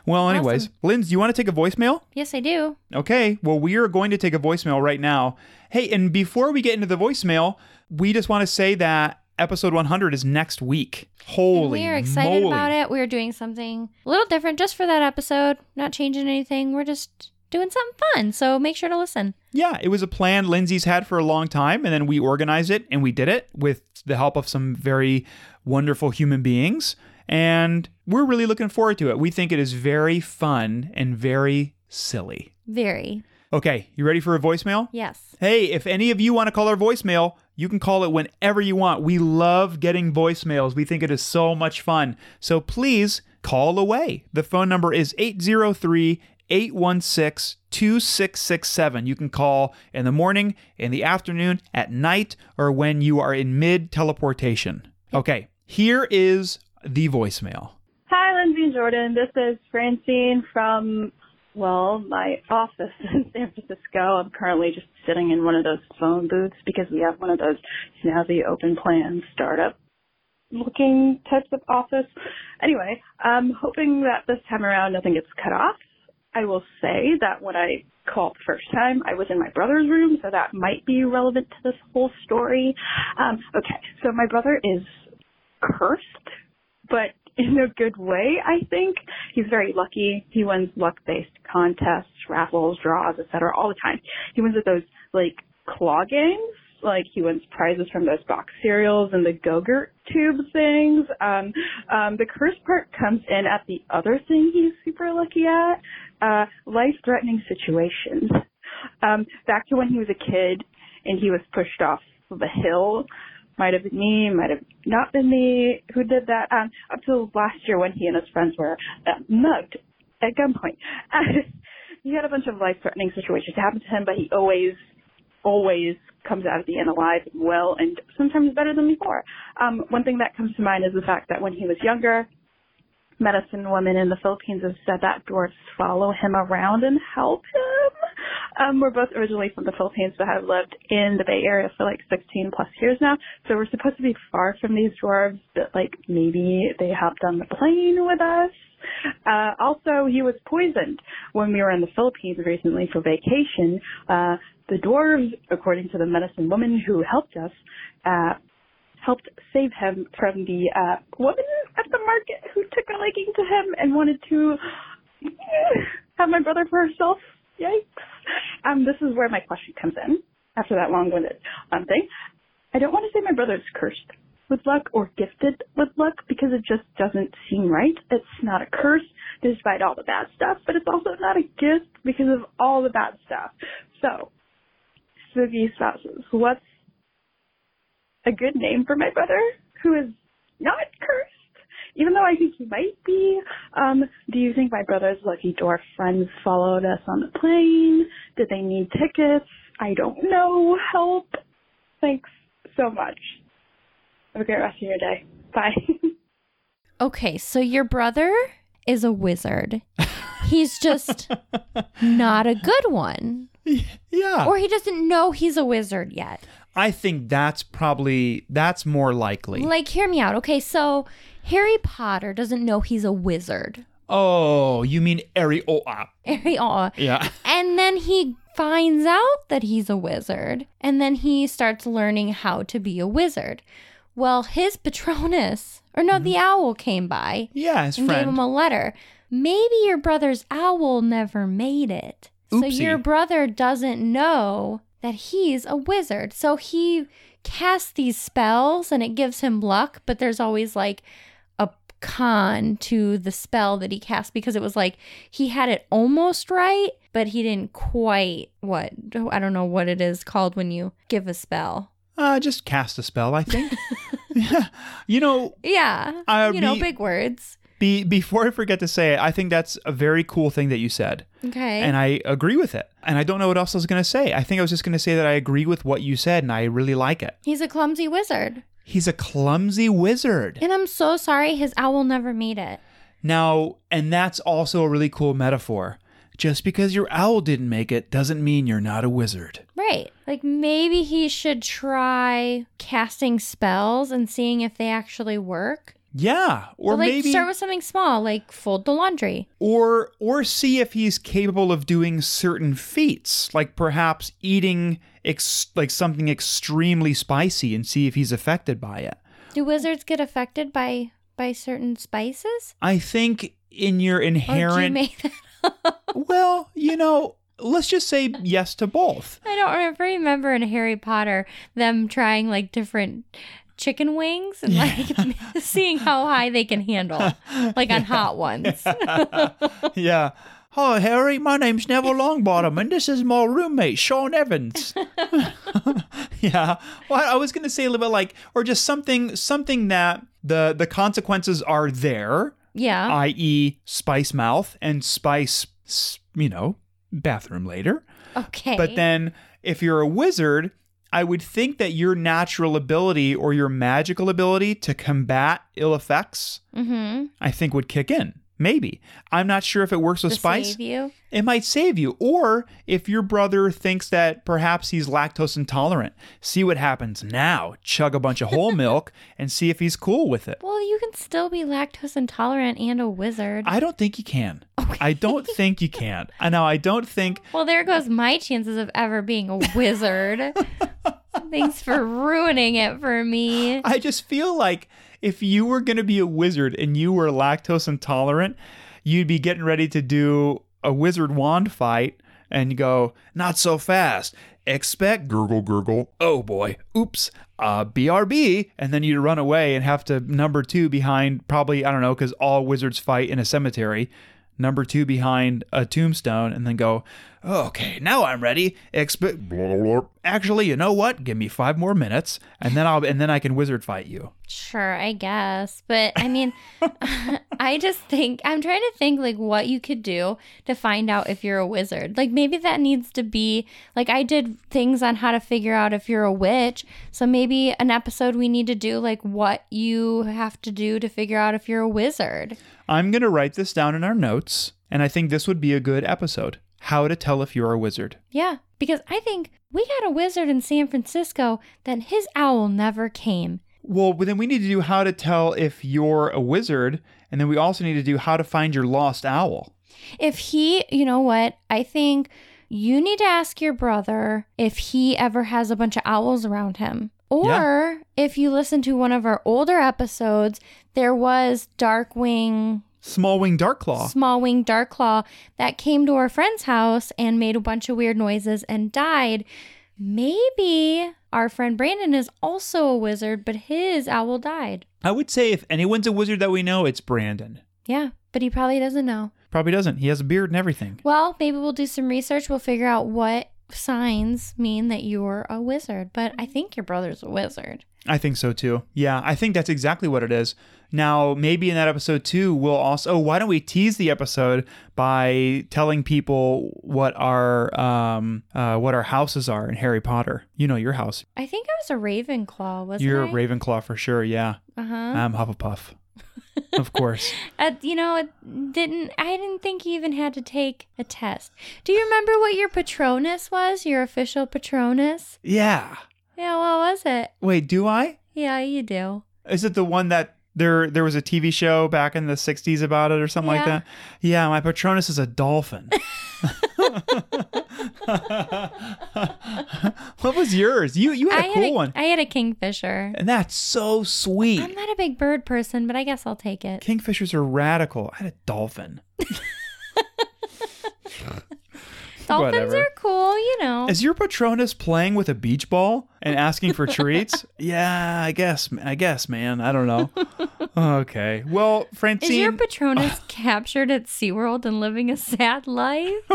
[SPEAKER 1] Well, anyways, Linz, do you want to take a voicemail?
[SPEAKER 2] Yes, I do.
[SPEAKER 1] Okay, well, we are going to take a voicemail right now. Hey, and before we get into the voicemail, we just want to say that episode 100 is next week.
[SPEAKER 2] And
[SPEAKER 1] Holy
[SPEAKER 2] we are excited
[SPEAKER 1] moly.
[SPEAKER 2] about it. We are doing something a little different just for that episode. Not changing anything. We're just doing something fun. So make sure to listen.
[SPEAKER 1] Yeah, it was a plan Lindsay's had for a long time, and then we organized it and we did it with the help of some very wonderful human beings. And we're really looking forward to it. We think it is very fun and very silly.
[SPEAKER 2] Very.
[SPEAKER 1] Okay, you ready for a voicemail?
[SPEAKER 2] Yes.
[SPEAKER 1] Hey, if any of you want to call our voicemail, you can call it whenever you want. We love getting voicemails. We think it is so much fun. So please call away. The phone number is 803 816 2667. You can call in the morning, in the afternoon, at night, or when you are in mid teleportation. Okay, here is the voicemail.
[SPEAKER 10] Hi, Lindsay and Jordan. This is Francine from, well, my office in San Francisco. I'm currently just sitting in one of those phone booths because we have one of those snazzy open plan startup looking types of office. Anyway, I'm hoping that this time around nothing gets cut off. I will say that when I called the first time, I was in my brother's room, so that might be relevant to this whole story. Um, okay, so my brother is cursed, but in a good way, I think. He's very lucky. He wins luck-based contests, raffles, draws, etc. all the time. He wins at those, like, claw games. Like, he wins prizes from those box cereals and the go-gurt tube things. Um, um, the curse part comes in at the other thing he's super lucky at, uh, life-threatening situations. Um, back to when he was a kid and he was pushed off of a hill might have been me, might have not been me, who did that, um, up to last year when he and his friends were uh, mugged at gunpoint. he had a bunch of life-threatening situations happen to him, but he always, always comes out at the end alive and well, and sometimes better than before. Um, one thing that comes to mind is the fact that when he was younger, medicine women in the Philippines have said that dwarfs follow him around and help him. Um, we're both originally from the Philippines, but have lived in the Bay Area for like 16 plus years now. So we're supposed to be far from these dwarves, but like maybe they hopped on the plane with us. Uh, also, he was poisoned when we were in the Philippines recently for vacation. Uh, the dwarves, according to the medicine woman who helped us, uh, helped save him from the uh, woman at the market who took a liking to him and wanted to have my brother for herself. Yikes. Um, this is where my question comes in after that long winded um, thing. I don't want to say my brother's cursed with luck or gifted with luck because it just doesn't seem right. It's not a curse despite all the bad stuff, but it's also not a gift because of all the bad stuff. So, spooky spouses, what's a good name for my brother who is not cursed, even though I think he might be. Um, do you think my brother's lucky dwarf friends followed us on the plane? Did they need tickets? I don't know. Help. Thanks so much. Have a great rest of your day. Bye.
[SPEAKER 2] Okay, so your brother is a wizard. He's just not a good one.
[SPEAKER 1] Yeah.
[SPEAKER 2] Or he doesn't know he's a wizard yet.
[SPEAKER 1] I think that's probably that's more likely.
[SPEAKER 2] Like, hear me out. Okay, so Harry Potter doesn't know he's a wizard.
[SPEAKER 1] oh, you mean Ariola?
[SPEAKER 2] Harry, aw.
[SPEAKER 1] Yeah.
[SPEAKER 2] And then he finds out that he's a wizard, and then he starts learning how to be a wizard. Well, his Patronus, or no, the owl came by
[SPEAKER 1] Yeah, his
[SPEAKER 2] and gave him
[SPEAKER 1] friend.
[SPEAKER 2] a letter. Maybe your brother's owl never made it. So
[SPEAKER 1] Oopsie.
[SPEAKER 2] your brother doesn't know that he's a wizard. So he casts these spells and it gives him luck, but there's always like a con to the spell that he cast because it was like he had it almost right, but he didn't quite what I don't know what it is called when you give a spell.
[SPEAKER 1] uh, just cast a spell, I think. yeah. You know,
[SPEAKER 2] Yeah.
[SPEAKER 1] Uh,
[SPEAKER 2] you know,
[SPEAKER 1] be-
[SPEAKER 2] big words.
[SPEAKER 1] be, before I forget to say it, I think that's a very cool thing that you said.
[SPEAKER 2] Okay.
[SPEAKER 1] And I agree with it. And I don't know what else I was going to say. I think I was just going to say that I agree with what you said and I really like it.
[SPEAKER 2] he's a clumsy wizard.
[SPEAKER 1] He's a clumsy wizard.
[SPEAKER 2] And I'm so sorry his owl never made it.
[SPEAKER 1] Now, and that's also a really cool metaphor. Just because your owl didn't make it doesn't mean you're not a wizard.
[SPEAKER 2] Right. Like maybe he should try casting spells and seeing if they actually work.
[SPEAKER 1] Yeah, or
[SPEAKER 2] But, like
[SPEAKER 1] maybe
[SPEAKER 2] start with something small, like fold the laundry.
[SPEAKER 1] or or see if he's capable of doing certain feats, like perhaps eating ex- like something extremely spicy and see if he's affected by it.
[SPEAKER 2] Do wizards get affected by by certain spices?
[SPEAKER 1] I think in your
[SPEAKER 2] Or did you
[SPEAKER 1] inherent
[SPEAKER 2] make that up?
[SPEAKER 1] well, you know, let's just say yes to both.
[SPEAKER 2] I don't remember, remember in Harry Potter them trying like different chicken wings and like seeing how high they can handle, like on hot ones.
[SPEAKER 1] yeah. Hi, Harry. My name's Neville Longbottom, and this is my roommate, Sean Evans. yeah. Well, I was going to say a little bit like, or just something, something that the the consequences are there,
[SPEAKER 2] yeah.
[SPEAKER 1] i.e., E spice mouth and spice, s- you know, bathroom later.
[SPEAKER 2] okay.
[SPEAKER 1] Uh, But then, if you're a wizard, I would think that your natural ability or your magical ability to combat ill effects,
[SPEAKER 2] Mm-hmm.
[SPEAKER 1] I think, would kick in. Maybe. I'm not sure if it works with
[SPEAKER 2] To
[SPEAKER 1] spice.
[SPEAKER 2] save you?
[SPEAKER 1] It might save you. Or if your brother thinks that perhaps he's lactose intolerant, see what happens now. Chug a bunch of whole milk and see if he's cool with it.
[SPEAKER 2] Well, you can still be lactose intolerant and a wizard.
[SPEAKER 1] I don't think you can. I don't think you can. I know. I don't think
[SPEAKER 2] well, there goes my chances of ever being a wizard. Thanks for ruining it for me.
[SPEAKER 1] I just feel like if you were going to be a wizard and you were lactose intolerant, you'd be getting ready to do a wizard wand fight and you go, not so fast. Expect gurgle, gurgle. Oh boy. Oops. Uh, BRB. And then you'd run away and have to number two behind probably, I don't know, because all wizards fight in a cemetery. Number two behind a tombstone and then go, okay, now I'm ready. Expect. Actually, you know what? Give me five more minutes and then I'll, and then I can wizard fight you.
[SPEAKER 2] Sure, I guess. But I mean, I just think I'm trying to think like what you could do to find out if you're a wizard. Like maybe that needs to be like I did things on how to figure out if you're a witch. So maybe an episode we need to do like what you have to do to figure out if you're a wizard.
[SPEAKER 1] I'm going to write this down in our notes, and I think this would be a good episode. How to tell if you're a wizard.
[SPEAKER 2] Yeah, because I think we had a wizard in San Francisco that his owl never came.
[SPEAKER 1] Well, but then we need to do how to tell if you're a wizard, and then we also need to do how to find your lost owl.
[SPEAKER 2] If he, you know what? I think you need to ask your brother if he ever has a bunch of owls around him. Or if you listen to one of our older episodes, there was Darkwing,
[SPEAKER 1] Small wing dark claw.
[SPEAKER 2] Small Wing Darklaw that came to our friend's house and made a bunch of weird noises and died. Maybe our friend Brandon is also a wizard, but his owl died.
[SPEAKER 1] I would say if anyone's a wizard that we know, it's Brandon.
[SPEAKER 2] Yeah, but he probably doesn't know.
[SPEAKER 1] Probably doesn't. He has a beard and everything.
[SPEAKER 2] Well, maybe we'll do some research. We'll figure out what signs mean that you're a wizard. But
[SPEAKER 1] Mm-hmm.
[SPEAKER 2] I think your brother's a wizard.
[SPEAKER 1] I think so too. Yeah, I think that's exactly what it is. Now, maybe in that episode too, we'll also. Oh, why don't we tease the episode by telling people what our um uh, what our houses are in Harry Potter? You know your house.
[SPEAKER 2] I think I was a Ravenclaw, wasn't
[SPEAKER 1] You're
[SPEAKER 2] I?
[SPEAKER 1] a Ravenclaw for sure. Yeah,
[SPEAKER 2] Uh-huh.
[SPEAKER 1] I'm Hufflepuff, of course.
[SPEAKER 2] Uh, you know, it didn't. I didn't think you even had to take a test. Do you remember what your Patronus was? Your official Patronus?
[SPEAKER 1] Yeah.
[SPEAKER 2] Yeah, what was it?
[SPEAKER 1] Wait, do I?
[SPEAKER 2] Yeah, you do.
[SPEAKER 1] Is it the one that there there was a TV show back in the '60s about it or something like
[SPEAKER 2] Yeah.
[SPEAKER 1] that? Yeah, my Patronus is a dolphin. what was yours? You you had a
[SPEAKER 2] I had
[SPEAKER 1] cool
[SPEAKER 2] a,
[SPEAKER 1] one.
[SPEAKER 2] I had a kingfisher.
[SPEAKER 1] And that's so sweet.
[SPEAKER 2] I'm not a big bird person, but I guess I'll take it.
[SPEAKER 1] Kingfishers are radical. I had a dolphin.
[SPEAKER 2] Dolphins
[SPEAKER 1] whatever.
[SPEAKER 2] are cool, you know.
[SPEAKER 1] Is your Patronus playing with a beach ball and asking for treats? Yeah, I guess. I guess, man. I don't know. Okay. Well, Francine.
[SPEAKER 2] Is your Patronus captured at SeaWorld and living a sad life?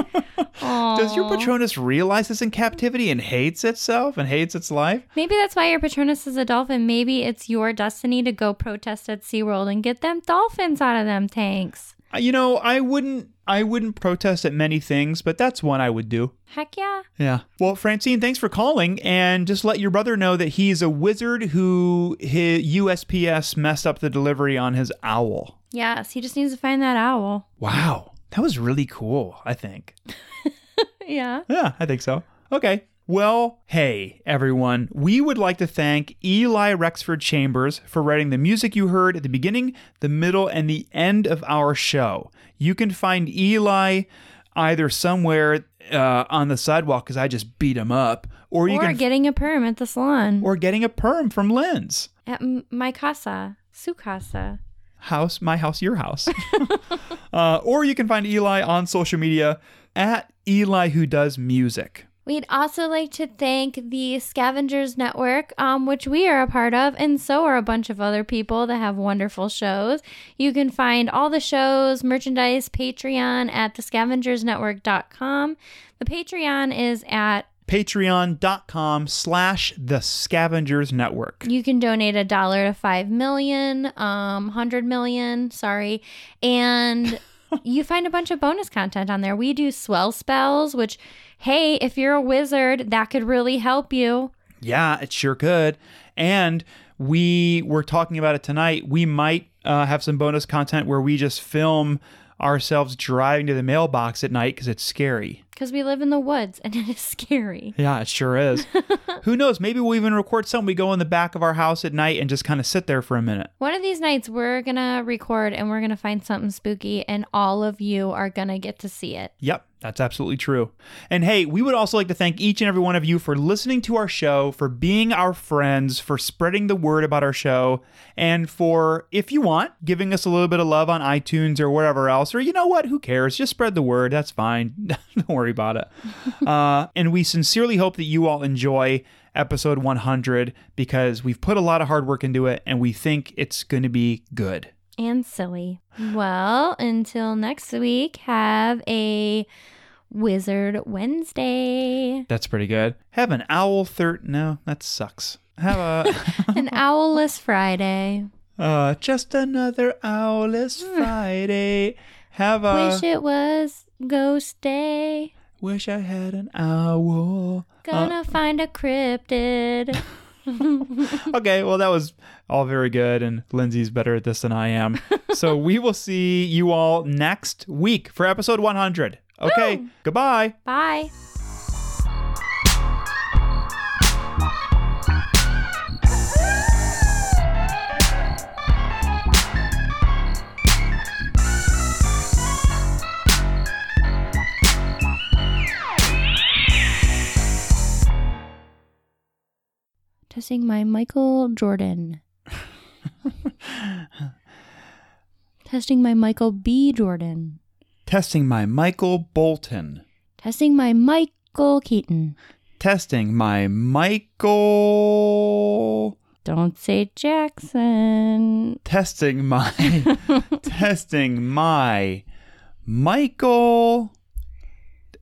[SPEAKER 1] Does your
[SPEAKER 2] Aw.
[SPEAKER 1] Patronus realize it's in captivity and hates itself and hates its life?
[SPEAKER 2] Maybe that's why your Patronus is a dolphin. Maybe it's your destiny to go protest at SeaWorld and get them dolphins out of them tanks.
[SPEAKER 1] Uh, You know, I wouldn't I wouldn't protest at many things, but that's one I would do.
[SPEAKER 2] Heck yeah.
[SPEAKER 1] Yeah. Well, Francine, thanks for calling and just let your brother know that he's a wizard who his USPS messed up the delivery on his owl.
[SPEAKER 2] Yes, he just needs to find that owl.
[SPEAKER 1] Wow. That was really cool, I think.
[SPEAKER 2] Yeah.
[SPEAKER 1] Yeah, I think so. Okay. Well, hey, everyone. We would like to thank Eli Rexford Chambers for writing the music you heard at the beginning, the middle, and the end of our show. You can find Eli either somewhere uh, on the sidewalk because I just beat him up, or you
[SPEAKER 2] Or
[SPEAKER 1] can
[SPEAKER 2] getting a perm at the salon.
[SPEAKER 1] or getting a perm from Lens.
[SPEAKER 2] at m- my casa, su casa.
[SPEAKER 1] house, my house, your house. uh, or you can find Eli on social media at Eli Who Does Music.
[SPEAKER 2] We'd also like to thank the Scavengers Network, um, which we are a part of, and so are a bunch of other people that have wonderful shows. You can find all the shows, merchandise, Patreon at thescavengersnetwork.com. The Patreon is at
[SPEAKER 1] Patreon.com slash The Scavengers Network.
[SPEAKER 2] you can donate a dollar to five million, um, hundred million, sorry, and you find a bunch of bonus content on there. We do swell spells, which, hey, if you're a wizard, that could really help you.
[SPEAKER 1] Yeah, it sure could. And we were talking about it tonight. We might uh, have some bonus content where we just film ourselves driving to the mailbox at night because it's scary.
[SPEAKER 2] Because we live in the woods and it is scary.
[SPEAKER 1] Yeah, it sure is. Who knows? Maybe we'll even record something. We go in the back of our house at night and just kind of sit there for a minute.
[SPEAKER 2] One of these nights, we're going to record and we're going to find something spooky, and all of you are going to get to see it.
[SPEAKER 1] Yep, that's absolutely true. And hey, we would also like to thank each and every one of you for listening to our show, for being our friends, for spreading the word about our show, and for, if you want, giving us a little bit of love on iTunes or wherever else. Or you know what? Who cares? Just spread the word. That's fine. Don't worry about it. uh, and we sincerely hope that you all enjoy episode 100 because we've put a lot of hard work into it and we think it's going to be good.
[SPEAKER 2] and silly. Well, until next week, have a Wizard Wednesday.
[SPEAKER 1] That's pretty good. Have an owl third. No, that sucks. Have a.
[SPEAKER 2] An owlless Friday.
[SPEAKER 1] Uh, just another owl is Friday. Have a
[SPEAKER 2] Hmm. Wish it was Ghost Day.
[SPEAKER 1] wish I had an owl. Uh,
[SPEAKER 2] Gonna find a cryptid.
[SPEAKER 1] okay, well that was all very good, and Lindsay's better at this than I am. so we will see you all next week for episode 100. Okay, goodbye.
[SPEAKER 2] Bye. Testing my Michael Jordan. Testing my Michael B. Jordan.
[SPEAKER 1] Testing my Michael Bolton.
[SPEAKER 2] Testing my Michael Keaton.
[SPEAKER 1] Testing my Michael.
[SPEAKER 2] Don't say Jackson.
[SPEAKER 1] testing my testing my Michael.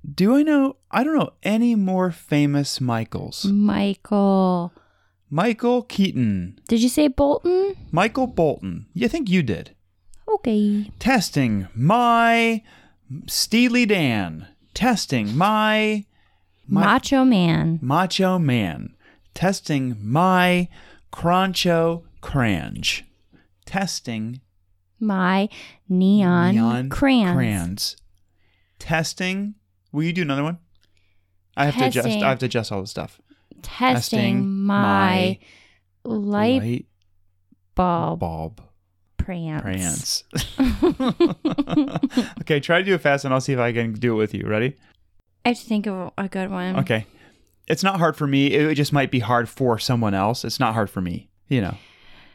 [SPEAKER 1] Do I know? I don't know any more famous Michaels.
[SPEAKER 2] Mm. Michael.
[SPEAKER 1] Michael Keaton,
[SPEAKER 2] Did you say Bolton?
[SPEAKER 1] Michael Bolton. You think you did?
[SPEAKER 2] Okay.
[SPEAKER 1] Testing my Steely Dan. Testing my, my
[SPEAKER 2] Macho Man.
[SPEAKER 1] Macho Man. Testing my Croncho Crange. Testing
[SPEAKER 2] My neon, crayons.
[SPEAKER 1] crayons. Testing. Will you do another one? I have to adjust.
[SPEAKER 2] Testing.
[SPEAKER 1] I have to adjust all the stuff.
[SPEAKER 2] Testing, my, light, bulb,
[SPEAKER 1] bulb prance.
[SPEAKER 2] prance.
[SPEAKER 1] okay, try to do it fast, and I'll see if I can do it with you. Ready?
[SPEAKER 2] I have to think of a good one.
[SPEAKER 1] Okay. It's not hard for me. It just might be hard for someone else. It's not hard for me. You know.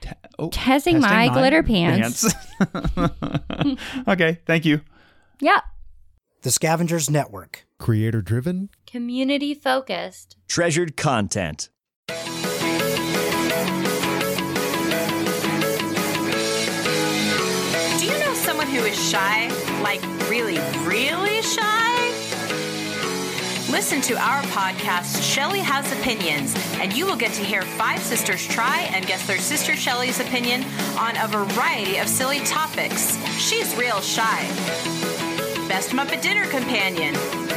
[SPEAKER 1] Te- oh,
[SPEAKER 2] Testing my glitter pants.
[SPEAKER 1] pants. okay. Thank you.
[SPEAKER 2] Yep.
[SPEAKER 11] The Scavengers Network. Creator driven.
[SPEAKER 2] Community focused.
[SPEAKER 4] Treasured content.
[SPEAKER 12] Do you know someone who is shy? Like, really, really shy? Listen to our podcast, Shelly Has Opinions, and you will get to hear five sisters try and guess their sister Shelly's opinion on a variety of silly topics. She's real shy. Best Muppet Dinner Companion,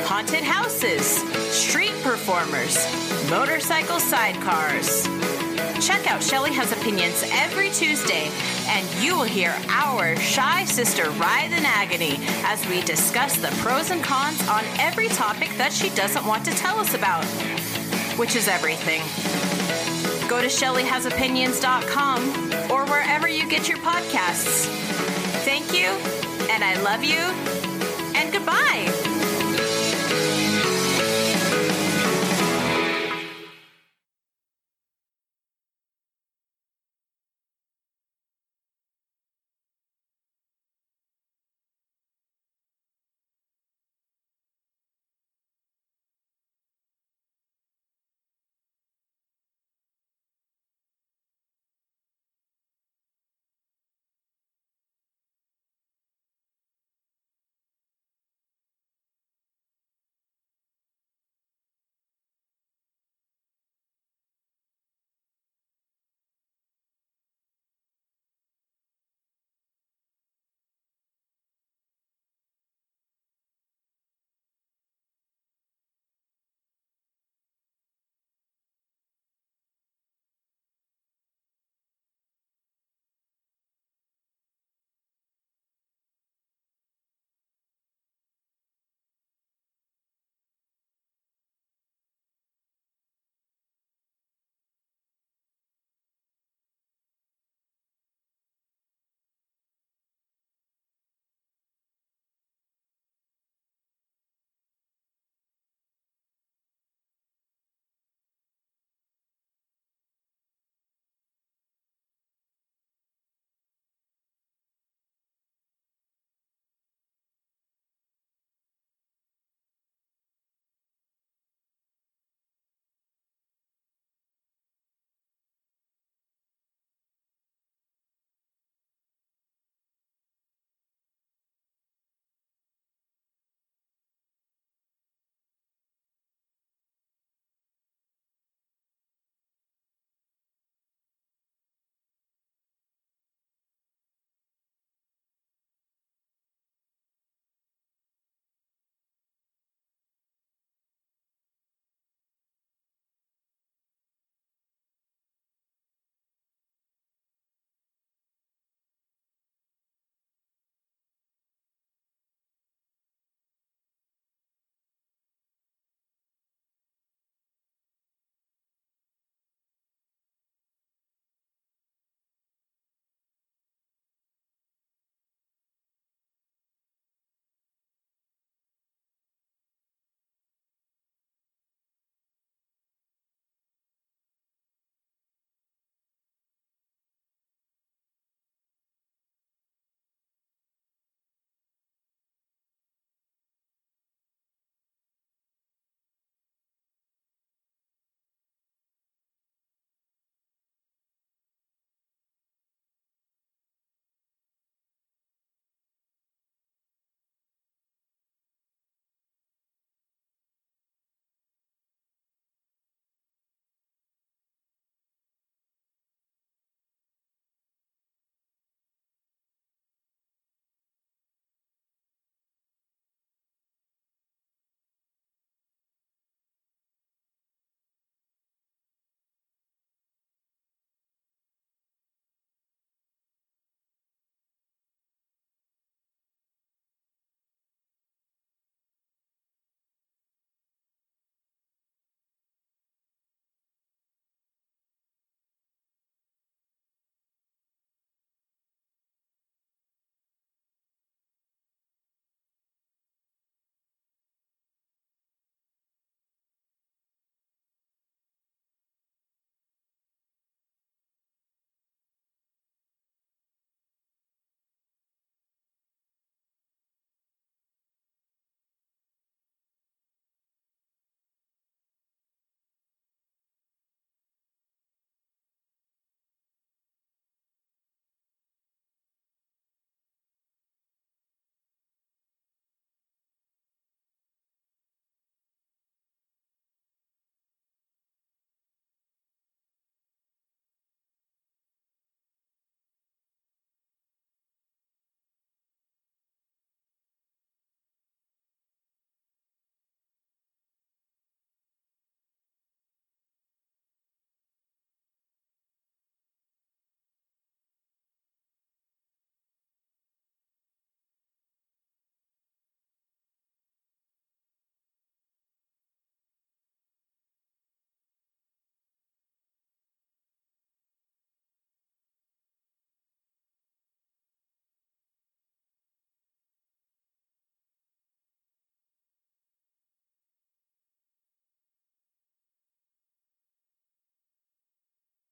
[SPEAKER 12] Haunted Houses, Street Performers, Motorcycle Sidecars. Check out Shelly Has Opinions every Tuesday, and you will hear our shy sister writhe in agony as we discuss the pros and cons on every topic that she doesn't want to tell us about, which is everything. Go to ShellyHasOpinions.com or wherever you get your podcasts. Thank you, and I love you, and goodbye.